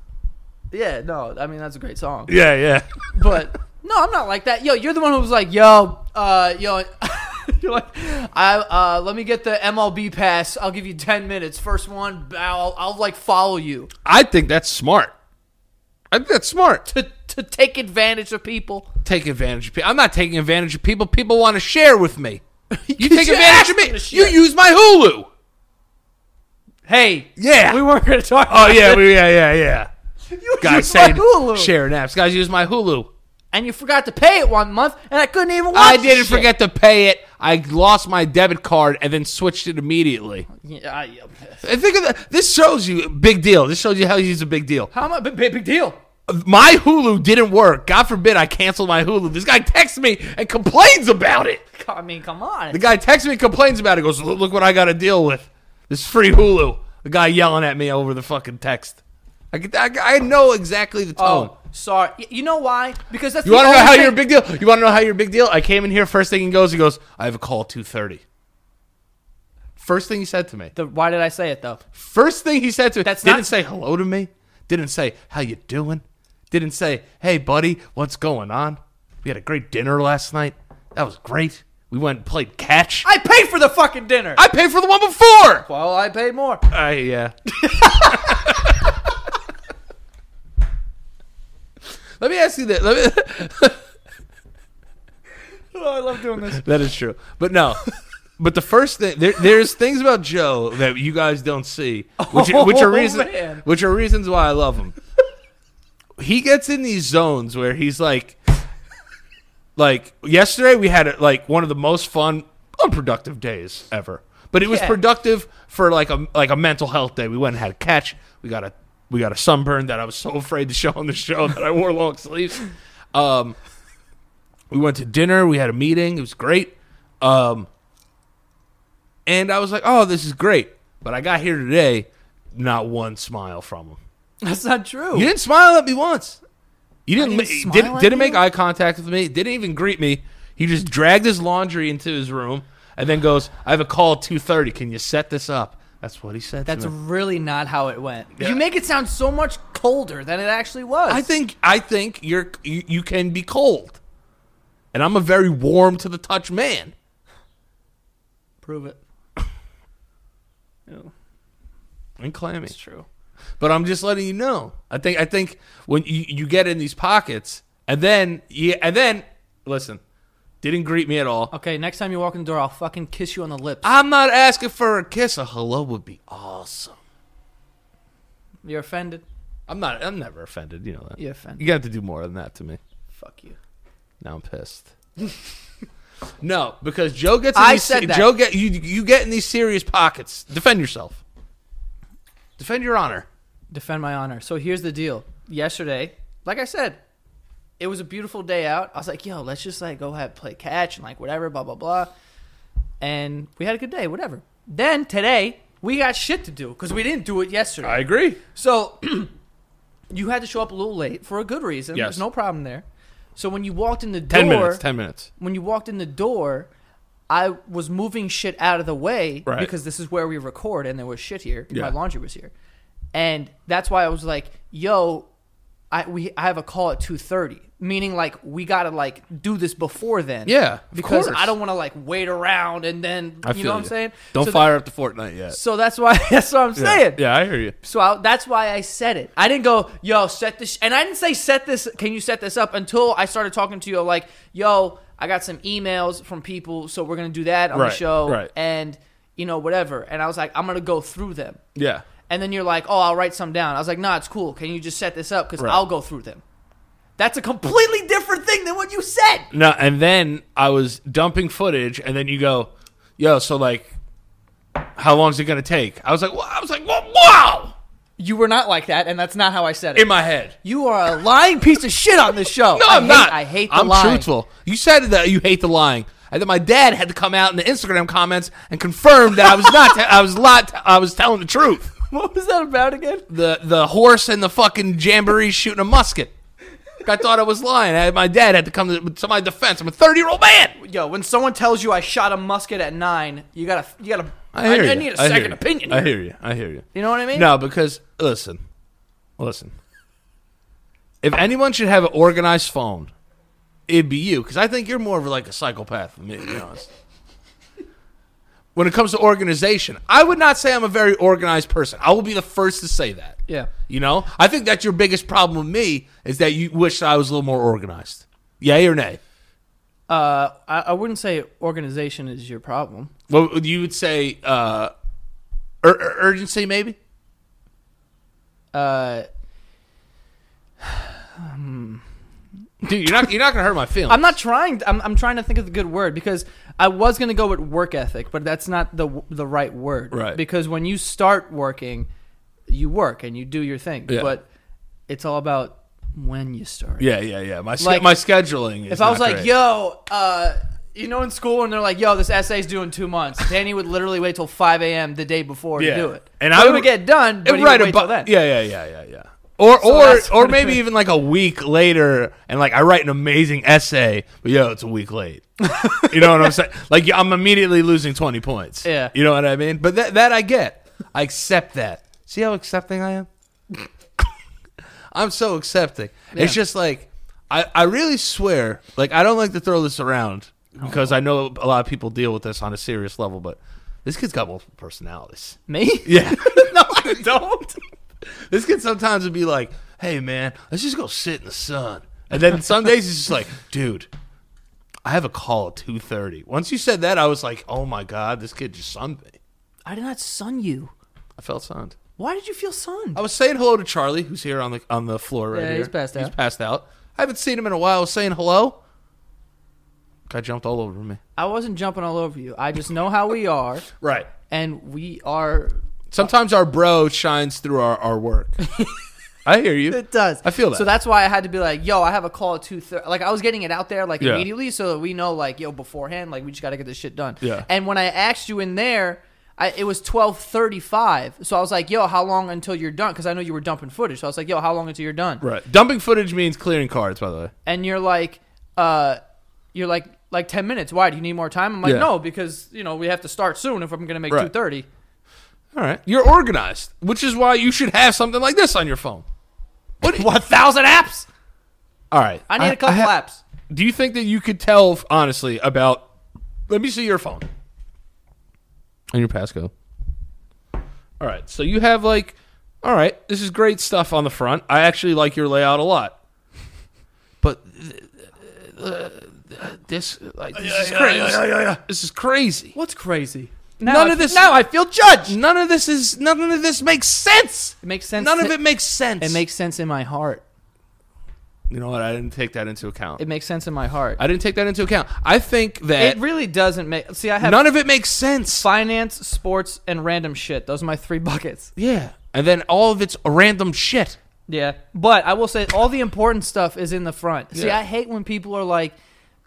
Speaker 1: Yeah, no, I mean that's a great song.
Speaker 2: Yeah, yeah.
Speaker 1: But no, I'm not like that. Yo, you're the one who was like, yo, uh, yo, you're like, I, uh, let me get the MLB pass. I'll give you ten minutes. First one, I'll, I'll like follow you
Speaker 2: I think that's smart. I think that's smart.
Speaker 1: to to take advantage of people.
Speaker 2: take advantage of people. I'm not taking advantage of people. People want to share with me. You take
Speaker 1: you
Speaker 2: advantage of
Speaker 1: asked them
Speaker 2: me.
Speaker 1: to
Speaker 2: You
Speaker 1: share.
Speaker 2: use my Hulu.
Speaker 1: Hey,
Speaker 2: Yeah.
Speaker 1: we weren't going to talk.
Speaker 2: Oh yeah, we, yeah, yeah, yeah.
Speaker 1: you
Speaker 2: Guys
Speaker 1: use my
Speaker 2: saying
Speaker 1: Hulu.
Speaker 2: sharing apps. Guys use my Hulu.
Speaker 1: and you forgot to pay it one month, and I couldn't even watch.
Speaker 2: I
Speaker 1: the
Speaker 2: didn't
Speaker 1: shit.
Speaker 2: forget to pay it. I lost my debit card and then switched it immediately.
Speaker 1: Yeah, I, yeah.
Speaker 2: I think of that. This shows you big deal. This shows you how he's a big deal.
Speaker 1: How much? Big, big deal.
Speaker 2: My Hulu didn't work. God forbid I canceled my Hulu. This guy texts me and complains about it.
Speaker 1: I mean, come on.
Speaker 2: The guy texts me and complains about it. Goes, look, look what I got to deal with. This free Hulu. The guy yelling at me over the fucking text. I, could- I, I know exactly the tone.
Speaker 1: Oh, sorry. Y- You know why? Because that's
Speaker 2: You
Speaker 1: the
Speaker 2: want to know
Speaker 1: only
Speaker 2: how
Speaker 1: thing-
Speaker 2: you're a big deal? You want to know how you're a big deal? I came in here first thing he goes. He goes, I have a call at two thirty. First thing he said to me.
Speaker 1: The, why did I say it though?
Speaker 2: First thing he said to me.
Speaker 1: That's
Speaker 2: didn't
Speaker 1: not-
Speaker 2: say hello to me. Didn't say how you doing. Didn't say hey buddy, what's going on? We had a great dinner last night. That was great. We went and played catch. I,
Speaker 1: I paid for the fucking dinner.
Speaker 2: paid for the one before.
Speaker 1: well, I paid more.
Speaker 2: I yeah. Let me ask you this. Let me,
Speaker 1: Oh, I love doing this.
Speaker 2: That is true. But no. But the first thing there, there's things about Joe that you guys don't see, which, which are
Speaker 1: Oh,
Speaker 2: reasons
Speaker 1: man.
Speaker 2: which are reasons why I love him. He gets in these zones where he's like, like yesterday we had like one of the most fun unproductive days ever, but it was
Speaker 1: Yeah.
Speaker 2: productive for like a like a mental health day. We went and had a catch. We got a we got a sunburn that I was so afraid to show on the show that I wore long sleeves. Um, we went to dinner. We had a meeting. It was great. Um, and I was like, oh, this is great. But I got here today, not one smile from him.
Speaker 1: That's not true.
Speaker 2: You didn't smile at me once. You didn't.
Speaker 1: didn't
Speaker 2: ma-
Speaker 1: smile
Speaker 2: didn't,
Speaker 1: at
Speaker 2: didn't make
Speaker 1: you?
Speaker 2: eye contact with me. Didn't even greet me. He just dragged his laundry into his room and then goes, "I have a call at two thirty. Can you set this up?" That's what he said.
Speaker 1: That's
Speaker 2: to me.
Speaker 1: really not how it went.
Speaker 2: Yeah.
Speaker 1: You make it sound so much colder than it actually was.
Speaker 2: I think. I think you're. You, you can be cold, and I'm a very warm to the touch man.
Speaker 1: prove it. No,
Speaker 2: And clammy.
Speaker 1: it's true.
Speaker 2: But I'm just letting you know. I think I think when you, you get in these pockets, and then yeah, and then listen, didn't greet me at all.
Speaker 1: Okay, next time you walk in the door, I'll fucking kiss you on the lips.
Speaker 2: I'm not asking for a kiss. A hello would be awesome.
Speaker 1: You're offended.
Speaker 2: I'm not. I'm never offended. You know that.
Speaker 1: You're offended.
Speaker 2: You got to do more than that to me.
Speaker 1: Fuck you.
Speaker 2: Now I'm pissed. no, because Joe gets. In
Speaker 1: I
Speaker 2: these,
Speaker 1: said that.
Speaker 2: Joe get you. You get in these serious pockets. Defend yourself. Defend your honor.
Speaker 1: defend my honor. So here's the deal. Yesterday, like I said, it was a beautiful day out. I was like, yo, let's just like go ahead play catch and like whatever, blah blah blah. And we had a good day, whatever. Then today we got shit to do because we didn't do it yesterday.
Speaker 2: agree.
Speaker 1: So you had to show up a little late for a good reason.
Speaker 2: Yes.
Speaker 1: There's no problem there. So when you walked in the
Speaker 2: Ten
Speaker 1: door,
Speaker 2: minutes. Ten minutes.
Speaker 1: when you walked in the door, I was moving shit out of the way
Speaker 2: Right.
Speaker 1: because this is where we record and there was shit here.
Speaker 2: Yeah.
Speaker 1: My laundry was here. And that's why I was like, yo, I we I have a call at 2:30, meaning like we got to like do this before then.
Speaker 2: Yeah, of
Speaker 1: Because
Speaker 2: course.
Speaker 1: I don't want to like wait around and then
Speaker 2: I
Speaker 1: you know what I'm saying?
Speaker 2: Don't
Speaker 1: so tha-
Speaker 2: fire up the Fortnite yet.
Speaker 1: so that's why that's what I'm saying.
Speaker 2: Yeah, I hear you.
Speaker 1: So I, that's why I said it. I didn't go, yo, set this, and I didn't say set this. Can you set this up? Until I started talking to you, like, yo, I got some emails from people, so we're gonna do that on
Speaker 2: Right,
Speaker 1: the show,
Speaker 2: right.
Speaker 1: and you know whatever. And I was like, I'm gonna go through them,
Speaker 2: Yeah.
Speaker 1: and then you're like, oh, I'll write some down. I was like, nah, it's cool. Can you just set this up? Because
Speaker 2: Right.
Speaker 1: I'll go through them. That's a completely different thing than what you said.
Speaker 2: No, and then I was dumping footage, and then you go, "Yo, so like, how long's it gonna take?" I was like, "Wow!" I was like, "Wha- "Wow!"
Speaker 1: You were not like that, and that's not how I said it.
Speaker 2: In my head.
Speaker 1: you are a lying piece of shit on this show.
Speaker 2: No,
Speaker 1: I
Speaker 2: I'm
Speaker 1: hate,
Speaker 2: not.
Speaker 1: I hate the
Speaker 2: I'm
Speaker 1: lying.
Speaker 2: truthful. You said that you hate the lying, and then my dad had to come out in the Instagram comments and confirm that I was not. te- I was not. I was telling the truth.
Speaker 1: What was that about again?
Speaker 2: The the horse and the fucking jamboree shooting a musket. I thought I was lying. I, my dad had to come to, to my defense. I'm a 30 year old man.
Speaker 1: Yo, when someone tells you I shot a musket at nine, you gotta, you gotta. I, I need a
Speaker 2: a
Speaker 1: second opinion.
Speaker 2: I
Speaker 1: here.
Speaker 2: hear you. I hear you.
Speaker 1: You know what I mean?
Speaker 2: No, because listen, listen. If anyone should have an organized phone, it'd be you. Because I think you're more of like a psychopath than me, to be honest. When it comes to organization, I would not say I'm a very organized person. I will be the first to say that.
Speaker 1: Yeah.
Speaker 2: You know, I think that's your biggest problem with me is that you wish I was a little more organized. Yay or nay?
Speaker 1: Uh, I, I wouldn't say organization is your problem.
Speaker 2: What would- you would say? Uh, ur- ur- urgency, maybe.
Speaker 1: Uh,
Speaker 2: Dude, you're not you're not gonna hurt my feelings.
Speaker 1: I'm not trying. I'm, I'm trying to think of the good word because I was going to go with work ethic, but that's not the the right word.
Speaker 2: Right.
Speaker 1: Because when you start working, you work and you do your thing.
Speaker 2: Yeah.
Speaker 1: But it's all about when you start.
Speaker 2: Yeah, yeah, yeah. My sch-
Speaker 1: Like,
Speaker 2: my scheduling. Is
Speaker 1: If I was
Speaker 2: not
Speaker 1: like,
Speaker 2: great.
Speaker 1: yo, uh, you know, in school, and they're like, yo, this essay's due in two months, Danny would literally wait till 5 a.m. the day before
Speaker 2: Yeah.
Speaker 1: to do it. But
Speaker 2: And I
Speaker 1: it
Speaker 2: would-
Speaker 1: would get done, but
Speaker 2: And
Speaker 1: he
Speaker 2: right
Speaker 1: would wait till
Speaker 2: about
Speaker 1: then.
Speaker 2: yeah, yeah, yeah, yeah, yeah. Or
Speaker 1: So
Speaker 2: or
Speaker 1: that's
Speaker 2: or
Speaker 1: what it
Speaker 2: maybe
Speaker 1: is.
Speaker 2: even like a week later, and like I write an amazing essay, but yo, it's a week late. you know what I'm saying? Like I'm immediately losing twenty points.
Speaker 1: Yeah.
Speaker 2: you know what I mean. But that that I get. I accept that. See how accepting I am. I'm so accepting. It's just like I, I really swear, like I don't like to throw this around because I know a lot of people deal with this on a serious level, but this kid's got multiple personalities.
Speaker 1: Me?
Speaker 2: Yeah.
Speaker 1: no, I don't.
Speaker 2: this kid sometimes would be like, Hey man, let's just go sit in the sun. And then some days he's just like, dude, I have a call at two thirty. Once you said that, I was like, Oh my god, this kid just sunned me.
Speaker 1: I did not sun you.
Speaker 2: I felt sunned.
Speaker 1: Why did you feel sunned?
Speaker 2: I was saying hello to Charlie, who's here on the on the floor right
Speaker 1: Yeah,
Speaker 2: here.
Speaker 1: he's passed
Speaker 2: He's
Speaker 1: out.
Speaker 2: passed out. I haven't seen him in a while. I was saying hello. Guy jumped all over me.
Speaker 1: I wasn't jumping all over you. I just know how we are,
Speaker 2: Right.
Speaker 1: and we are.
Speaker 2: Sometimes our bro shines through our, our work. I hear you.
Speaker 1: It does.
Speaker 2: I feel that.
Speaker 1: So that's why I had to be like, "Yo, I have a call at 2.30. Like I was getting it out there like
Speaker 2: Yeah.
Speaker 1: immediately, so that we know like, "Yo, beforehand, like we just got to get this shit done."
Speaker 2: Yeah.
Speaker 1: And when I asked you in there, I, it was twelve thirty-five. So I was like, "Yo, how long until you're done?" Because I know you were dumping footage. So I was like, "Yo, how long until you're done?"
Speaker 2: Right. Dumping footage means clearing cards, by the way.
Speaker 1: and you're like, uh, you're like, like ten minutes. Why do you need more time? I'm like,
Speaker 2: Yeah.
Speaker 1: no, because you know we have to start soon if I'm gonna make
Speaker 2: Right.
Speaker 1: two thirty.
Speaker 2: All right. You're organized, which is why you should have something like this on your phone. What?
Speaker 1: What thousand apps?
Speaker 2: All right.
Speaker 1: I need a
Speaker 2: a
Speaker 1: couple
Speaker 2: apps.
Speaker 1: apps.
Speaker 2: Do you think that you could tell honestly about? Let me see your phone and your passcode. All right, so you have like, all right, this is great stuff on the front. I actually like your layout a lot, but th- th- th- this like this is crazy. This is crazy.
Speaker 1: What's crazy? Now
Speaker 2: None
Speaker 1: I-
Speaker 2: of this-
Speaker 1: Now I feel judged.
Speaker 2: None of this is. None of this makes sense.
Speaker 1: It makes sense.
Speaker 2: None of it makes sense.
Speaker 1: It makes sense in my heart.
Speaker 2: You know what? I didn't take that into account.
Speaker 1: It makes sense in my heart.
Speaker 2: I didn't take that into account. I think that
Speaker 1: it really doesn't make. See, I have
Speaker 2: none of it makes sense.
Speaker 1: finance, sports, and random shit. Those are my three buckets.
Speaker 2: Yeah. And then all of it's random shit.
Speaker 1: Yeah, but I will say all the important stuff is in the front. See,
Speaker 2: Yeah.
Speaker 1: I hate when people are like,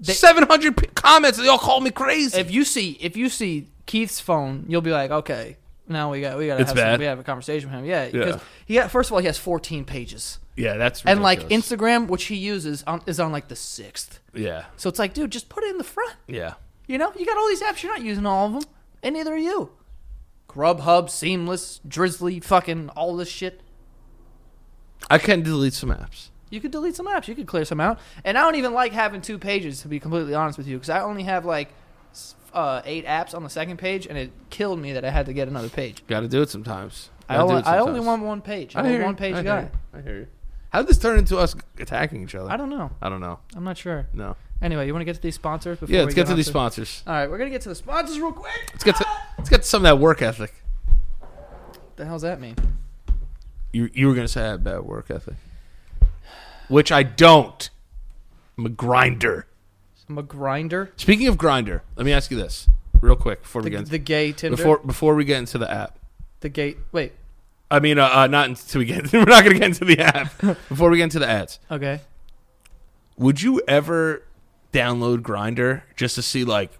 Speaker 1: They-
Speaker 2: 700 p- comments. They all call me crazy.
Speaker 1: if you see if you see Keith's phone, you'll be like, okay, now we got we got to
Speaker 2: It's
Speaker 1: have
Speaker 2: bad.
Speaker 1: Some, we have a conversation with him. Yeah, because
Speaker 2: Yeah.
Speaker 1: he got, first of all he has 14 pages,
Speaker 2: yeah, that's
Speaker 1: and like
Speaker 2: ridiculous.
Speaker 1: Instagram, which he uses, on, is on like the sixth.
Speaker 2: Yeah.
Speaker 1: So it's like, dude, just put it in the front.
Speaker 2: Yeah.
Speaker 1: You know, you got all these apps. You're not using all of them, and neither are you. Grubhub, Seamless, Drizzly, fucking all this shit.
Speaker 2: I can delete some apps.
Speaker 1: You could delete some apps. You could clear some out. And I don't even like having two pages to be completely honest with you, because I only have like s- uh, eight apps on the second page, and it killed me that I had to get another page.
Speaker 2: Got to do it sometimes.
Speaker 1: I
Speaker 2: Gotta do
Speaker 1: only,
Speaker 2: it
Speaker 1: I only
Speaker 2: sometimes.
Speaker 1: want one page.
Speaker 2: I
Speaker 1: I'm
Speaker 2: hear
Speaker 1: a
Speaker 2: you.
Speaker 1: one page
Speaker 2: I hear
Speaker 1: guy.
Speaker 2: you. I hear you. How'd this turn into us attacking each other?
Speaker 1: I don't know.
Speaker 2: I don't know.
Speaker 1: I'm not sure.
Speaker 2: No.
Speaker 1: Anyway, you want to get to these sponsors? Before
Speaker 2: Yeah,
Speaker 1: we
Speaker 2: let's get to
Speaker 1: on
Speaker 2: these sponsors.
Speaker 1: All right, we're gonna get to the sponsors real quick.
Speaker 2: Let's get to let's get to some of that work ethic.
Speaker 1: the hell's that mean?
Speaker 2: You you were gonna say I had bad work ethic, which I don't. I'm a grinder.
Speaker 1: I'm a grinder.
Speaker 2: Speaking of grinder, let me ask you this real quick before we
Speaker 1: The,
Speaker 2: get into
Speaker 1: the gay Tinder.
Speaker 2: before before we get into the app.
Speaker 1: the gay. Wait.
Speaker 2: I mean, uh, uh, not until we get. We're not going to get into the app before we get into the ads.
Speaker 1: Okay.
Speaker 2: Would you ever download Grinder just to see like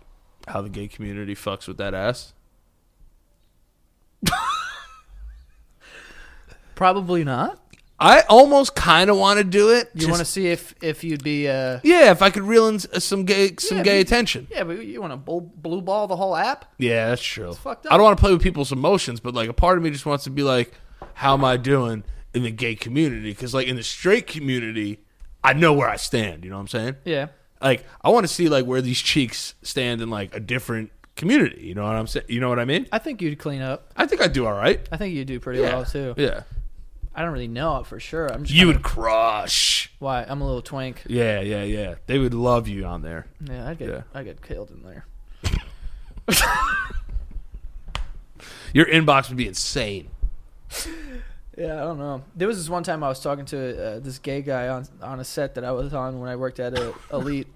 Speaker 2: how the gay community fucks with that ass?
Speaker 1: Probably not.
Speaker 2: I almost kind of want to do it.
Speaker 1: You want to see if if you'd be uh
Speaker 2: Yeah, if I could reel in s- uh, some gay some
Speaker 1: Yeah,
Speaker 2: gay
Speaker 1: me-
Speaker 2: attention.
Speaker 1: yeah, but you want to blue ball the whole app?
Speaker 2: Yeah, that's true.
Speaker 1: fucked
Speaker 2: I
Speaker 1: up.
Speaker 2: don't want to play with people's emotions, but like a part of me just wants to be like, how am I doing in the gay community? Because like in the straight community, I know where I stand. You know what I'm saying?
Speaker 1: Yeah.
Speaker 2: like I want to see like where these cheeks stand in like a different community. You know what I'm saying? You know what I mean?
Speaker 1: I think you'd clean up.
Speaker 2: I think I do all right.
Speaker 1: I think you do pretty well too.
Speaker 2: Yeah,
Speaker 1: I don't really know it for sure. I'm just
Speaker 2: you would crush.
Speaker 1: why I'm a little twink.
Speaker 2: Yeah, yeah, yeah. They would love you on there.
Speaker 1: Yeah, I get
Speaker 2: Yeah.
Speaker 1: I get killed in there.
Speaker 2: Your inbox would be insane.
Speaker 1: Yeah, I don't know. There was this one time I was talking to uh, this gay guy on on a set that I was on when I worked at a Elite,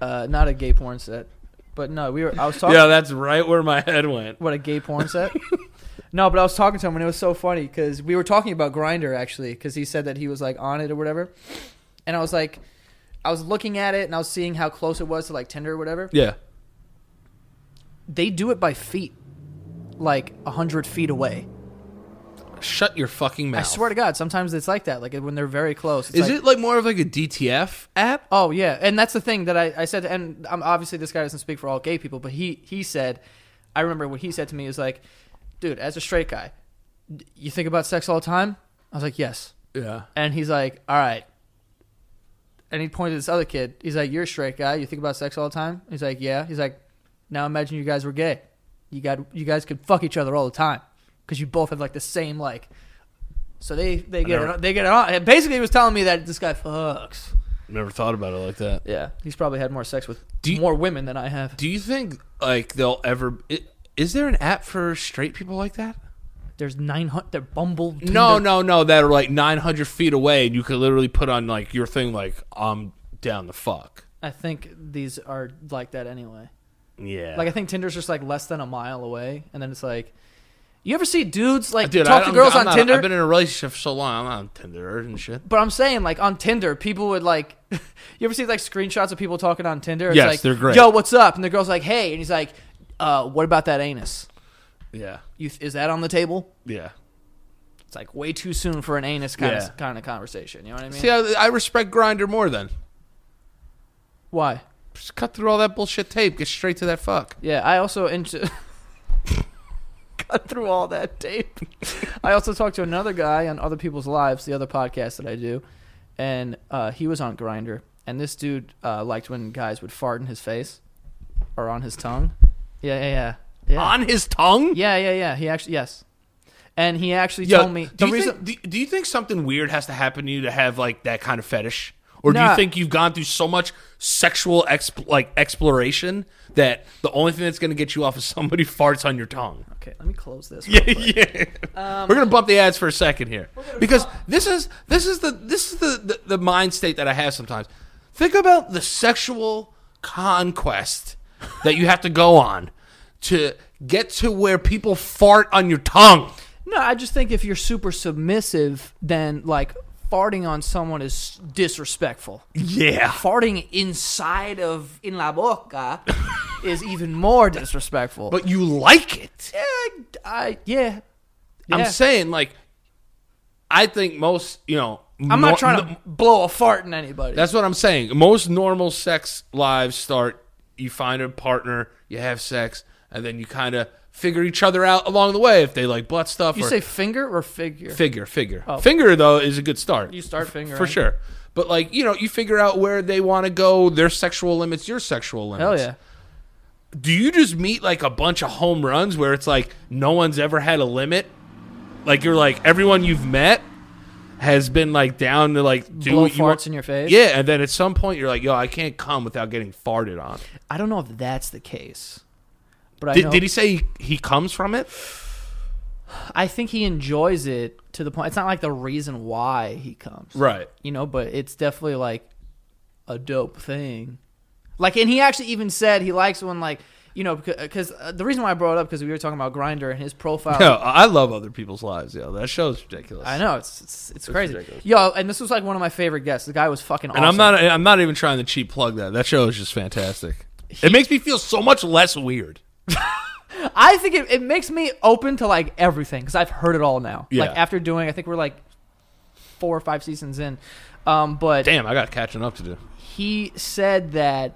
Speaker 1: uh, not a gay porn set, but no, we were. I was talking.
Speaker 2: yeah, that's right where my head went.
Speaker 1: What a gay porn set. no, but I was talking to him and it was so funny because we were talking about Grinder actually because he said that he was like on it or whatever, and I was like, I was looking at it and I was seeing how close it was to like Tinder or whatever.
Speaker 2: Yeah.
Speaker 1: They do it by feet, like a hundred feet away.
Speaker 2: Shut your fucking mouth.
Speaker 1: I swear to God, sometimes it's like that. Like when they're very close. It's
Speaker 2: Is
Speaker 1: like,
Speaker 2: it like more of like a DTF app?
Speaker 1: Oh yeah, and that's the thing that I, I said, and um, obviously this guy doesn't speak for all gay people, but he he said, I remember what he said to me is like, dude, as a straight guy, d- you think about sex all the time. I was like, yes,
Speaker 2: Yeah.
Speaker 1: and he's like, all right. And he pointed to this other kid. He's like, you're a straight guy. You think about sex all the time. He's like, yeah. He's like, now imagine you guys were gay. You got you guys could fuck each other all the time because you both have like the same like. So they they get
Speaker 2: never-
Speaker 1: it, they get it on. Basically, he was telling me that this guy fucks.
Speaker 2: Never thought about it like that.
Speaker 1: Yeah, he's probably had more sex with
Speaker 2: Do you-
Speaker 1: more women than I have.
Speaker 2: Do you think like they'll ever? i- Is there an app for straight people like that?
Speaker 1: There's nine hundred. Bumble.
Speaker 2: No,
Speaker 1: Tinder.
Speaker 2: no, no. That are like 900 feet away, and you could literally put on like your thing, like I'm down the fuck.
Speaker 1: I think these are like that anyway.
Speaker 2: Yeah.
Speaker 1: Like I think Tinder's just like less than a mile away, and then it's like, you ever see dudes like
Speaker 2: Dude,
Speaker 1: talk
Speaker 2: I,
Speaker 1: to
Speaker 2: I'm-
Speaker 1: girls
Speaker 2: I'm
Speaker 1: on
Speaker 2: not-
Speaker 1: Tinder?
Speaker 2: I've been in a relationship for so long. I'm not on Tinder and shit.
Speaker 1: But I'm saying, like on Tinder, people would like. you ever see like screenshots of people talking on Tinder? It's
Speaker 2: Yes,
Speaker 1: like,
Speaker 2: they're great.
Speaker 1: Yo, what's up? And the girl's like, hey, and he's like, uh, what about that anus?
Speaker 2: Yeah.
Speaker 1: You th- is that on the table?
Speaker 2: Yeah.
Speaker 1: It's like way too soon for an anus kind
Speaker 2: Yeah.
Speaker 1: of kind of conversation. You know what I mean?
Speaker 2: See, I, I respect Grinder more then.
Speaker 1: Why?
Speaker 2: Just cut through all that bullshit tape. Get straight to that fuck.
Speaker 1: Yeah, I also into cut through all that tape. I also talked to another guy on other people's lives, the other podcast that I do, and uh, he was on Grinder. And this dude uh, liked when guys would fart in his face or on his tongue. Yeah, yeah, yeah, yeah,
Speaker 2: On his tongue.
Speaker 1: yeah, yeah, yeah. He actually yes, and he actually
Speaker 2: Yo,
Speaker 1: told me
Speaker 2: Do
Speaker 1: the
Speaker 2: you,
Speaker 1: reason.
Speaker 2: think, do, do you think something weird has to happen to you to have like that kind of fetish, or do
Speaker 1: Nah.
Speaker 2: you think you've gone through so much sexual exp- like exploration that the only thing that's going to get you off is somebody farts on your tongue?
Speaker 1: okay, let me close this.
Speaker 2: Yeah, yeah. we're gonna bump the ads for a second here because this is this is the this is the, the the mind state that I have sometimes. Think about the sexual conquest that you have to go on to get to where people fart on your tongue.
Speaker 1: No, I just think if you're super submissive, then like farting on someone is disrespectful.
Speaker 2: Yeah.
Speaker 1: farting inside of in la boca is even more disrespectful.
Speaker 2: But you like it.
Speaker 1: yeah, I, yeah,
Speaker 2: I'm
Speaker 1: Yeah.
Speaker 2: saying like I think most you know
Speaker 1: I'm not trying to blow a fart in anybody.
Speaker 2: That's what I'm saying. Most normal sex lives start you find a partner, you have sex, and then you kind of figure each other out along the way if they like butt stuff
Speaker 1: you
Speaker 2: or
Speaker 1: say finger or figure?
Speaker 2: figure, figure. Finger though is a good start.
Speaker 1: you start finger
Speaker 2: for sure. But like, you know, you figure out where they want to go, their sexual limits, your sexual
Speaker 1: Hell
Speaker 2: limits.
Speaker 1: yeah.
Speaker 2: Do you just meet like a bunch of home runs where it's like no one's ever had a limit? Like you're like everyone you've met has been like down to like do
Speaker 1: Blow
Speaker 2: what you want.
Speaker 1: farts in your face?
Speaker 2: Yeah, and then at some point you're like, yo, I can't come without getting farted on.
Speaker 1: I don't know if that's the case, but I
Speaker 2: Did,
Speaker 1: know,
Speaker 2: did he say he, he comes from it?
Speaker 1: I think he enjoys it to the point. It's not like the reason why he comes,
Speaker 2: Right.
Speaker 1: you know, but it's definitely like a dope thing. Like, and he actually even said he likes when like. You know, because uh, the reason why I brought it up because we were talking about Grinder and his profile.
Speaker 2: No, I love other people's lives. Yo, that show's ridiculous.
Speaker 1: I know it's it's, it's crazy,
Speaker 2: ridiculous.
Speaker 1: yo. And this was like one of my favorite guests. The guy was fucking. Awesome.
Speaker 2: And I'm not. I'm not even trying to cheap plug that. That show is just fantastic. it makes me feel so much less weird.
Speaker 1: I think it, it makes me open to like everything because I've heard it all now.
Speaker 2: Yeah.
Speaker 1: Like after doing, I think we're like four or five seasons in. Um, but
Speaker 2: Damn, I got catching up to do.
Speaker 1: he said that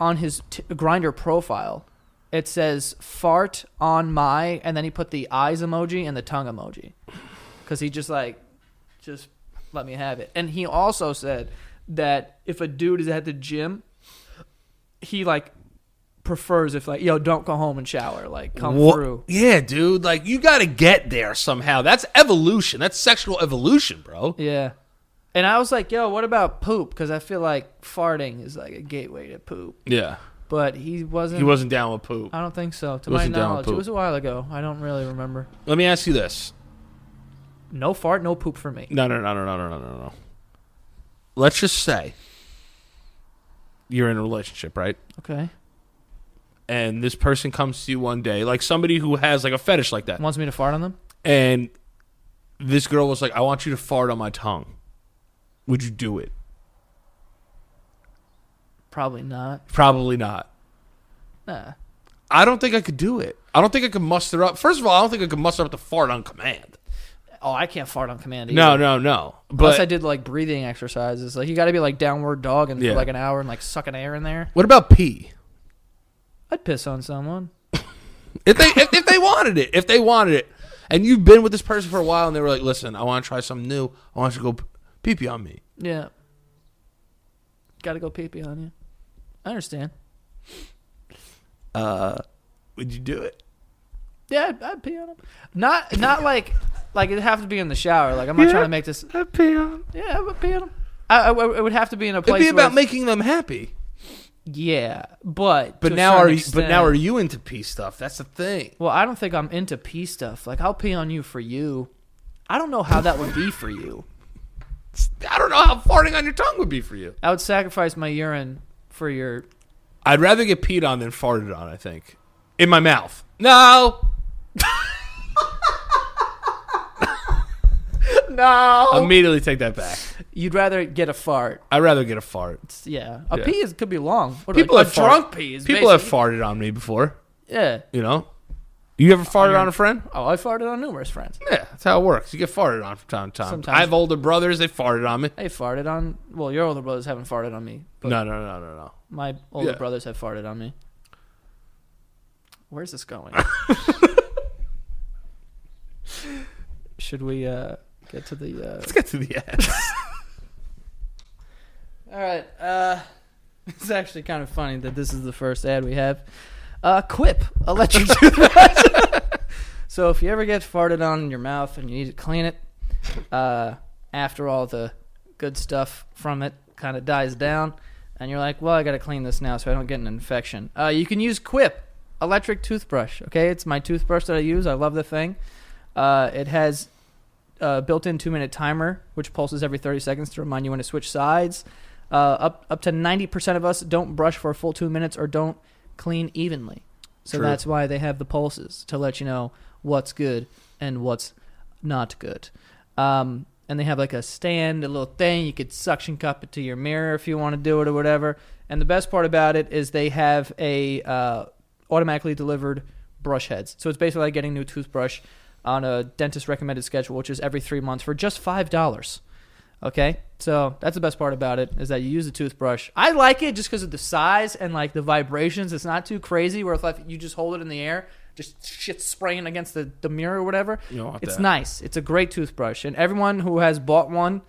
Speaker 1: on his t- grinder profile, it says "fart on my," and then he put the eyes emoji and the tongue emoji because he just like just let me have it. And he also said that if a dude is at the gym, he like prefers if like yo don't go home and shower like come
Speaker 2: Wha-
Speaker 1: through.
Speaker 2: Yeah, dude. Like you got to get there somehow. That's evolution. That's sexual evolution, bro.
Speaker 1: Yeah. And I was like, yo, what about poop? Because I feel like farting is like a gateway to poop.
Speaker 2: Yeah.
Speaker 1: But he wasn't.
Speaker 2: He wasn't down with poop.
Speaker 1: I don't think so. To
Speaker 2: It
Speaker 1: my
Speaker 2: wasn't down with
Speaker 1: knowledge, it
Speaker 2: poop.
Speaker 1: was a while ago. I don't really remember.
Speaker 2: Let me ask you this.
Speaker 1: No fart, no poop for me.
Speaker 2: No, no, no, no, no, no, no, no, no. Let's just say you're in a relationship, right?
Speaker 1: Okay.
Speaker 2: And this person comes to you one day, like somebody who has like a fetish like that,
Speaker 1: Wants me to fart on them?
Speaker 2: and this girl was like, "I want you to fart on my tongue." Would you do it?
Speaker 1: Probably not.
Speaker 2: Probably not.
Speaker 1: Nah.
Speaker 2: I don't think I could do it. I don't think I could muster up. First of all, I don't think I could muster up the fart on command.
Speaker 1: Oh, I can't fart on command. Either.
Speaker 2: No, no, no.
Speaker 1: Plus,
Speaker 2: But
Speaker 1: I did like breathing exercises. Like you got to be like downward dog and
Speaker 2: Yeah.
Speaker 1: for like an hour and like sucking air in there.
Speaker 2: what about pee?
Speaker 1: I'd piss on someone.
Speaker 2: If they if, if they wanted it, if they wanted it, and you've been with this person for a while, and they were like, "Listen, I want to try something new. I want you to go p- pee pee on me."
Speaker 1: Yeah. Got to go pee pee on you. I understand.
Speaker 2: Uh, would you do it?
Speaker 1: Yeah, I'd, I'd pee on him. Not not like like it'd have to be in the shower. Like I'm not
Speaker 2: Yeah.
Speaker 1: trying to make this.
Speaker 2: I'd pee on.
Speaker 1: Yeah, I would pee on him. I, I, it would have to be in a
Speaker 2: It'd
Speaker 1: place.
Speaker 2: be
Speaker 1: where
Speaker 2: about making them happy.
Speaker 1: it's- Yeah, but
Speaker 2: But
Speaker 1: to a
Speaker 2: now
Speaker 1: certain
Speaker 2: are you, but
Speaker 1: extent-
Speaker 2: now are you into pee stuff? That's the thing.
Speaker 1: Well, I don't think I'm into pee stuff. Like I'll pee on you for you. I don't know how that would be for you.
Speaker 2: I don't know how farting on your tongue would be for you.
Speaker 1: I would sacrifice my urine for your
Speaker 2: I'd rather get peed on than farted on. I think in my mouth. No,
Speaker 1: No.
Speaker 2: immediately take that back.
Speaker 1: Um, You'd rather get a fart.
Speaker 2: I'd rather get a fart.
Speaker 1: It's- yeah. A
Speaker 2: Yeah.
Speaker 1: pee is, could be long. What,
Speaker 2: People
Speaker 1: like,
Speaker 2: have
Speaker 1: a
Speaker 2: fart-
Speaker 1: drunk pee is
Speaker 2: People have
Speaker 1: basic-
Speaker 2: farted on me before.
Speaker 1: Yeah.
Speaker 2: You know, you ever farted on a friend?
Speaker 1: Oh, I farted on numerous friends.
Speaker 2: Yeah, that's how it works. You get farted on from time to time.
Speaker 1: Sometimes.
Speaker 2: I have older brothers; they farted on me.
Speaker 1: I farted on. Well, your older brothers haven't farted on me, but
Speaker 2: No, no, no, no, no.
Speaker 1: my older
Speaker 2: Yeah.
Speaker 1: brothers have farted on me. Where's this going? Should we uh, get to the? Uh...
Speaker 2: Let's get to the ass.
Speaker 1: All right. Uh, it's actually kind of funny that this is the first ad we have. Uh, Quip electric toothbrush. so if you ever get farted on in your mouth and you need to clean it, uh, after all the good stuff from it kind of dies down, and you're like, well, I got to clean this now so I don't get an infection. Uh, you can use Quip electric toothbrush. Okay, it's my toothbrush that I use. I love the thing. Uh, it has uh, built-in two-minute timer, which pulses every 30 seconds to remind you when to switch sides. Uh, up up to 90% of us don't brush for a full two minutes or don't clean evenly. So
Speaker 2: True.
Speaker 1: that's why they have the pulses to let you know what's good and what's not good. Um, and they have like a stand, a little thing. You could suction cup it to your mirror if you want to do it or whatever. And the best part about it is they have a uh, automatically delivered brush heads. So it's basically like getting a new toothbrush on a dentist recommended schedule, which is every three months for just five dollars. Okay, so that's the best part about it is that you use the toothbrush. I like it just because of the size and like the vibrations. It's not too crazy. Where if like you just hold it in the air, just shit spraying against the, the mirror or whatever.
Speaker 2: You don't want
Speaker 1: it's
Speaker 2: that.
Speaker 1: nice. It's a great toothbrush, and everyone who has bought one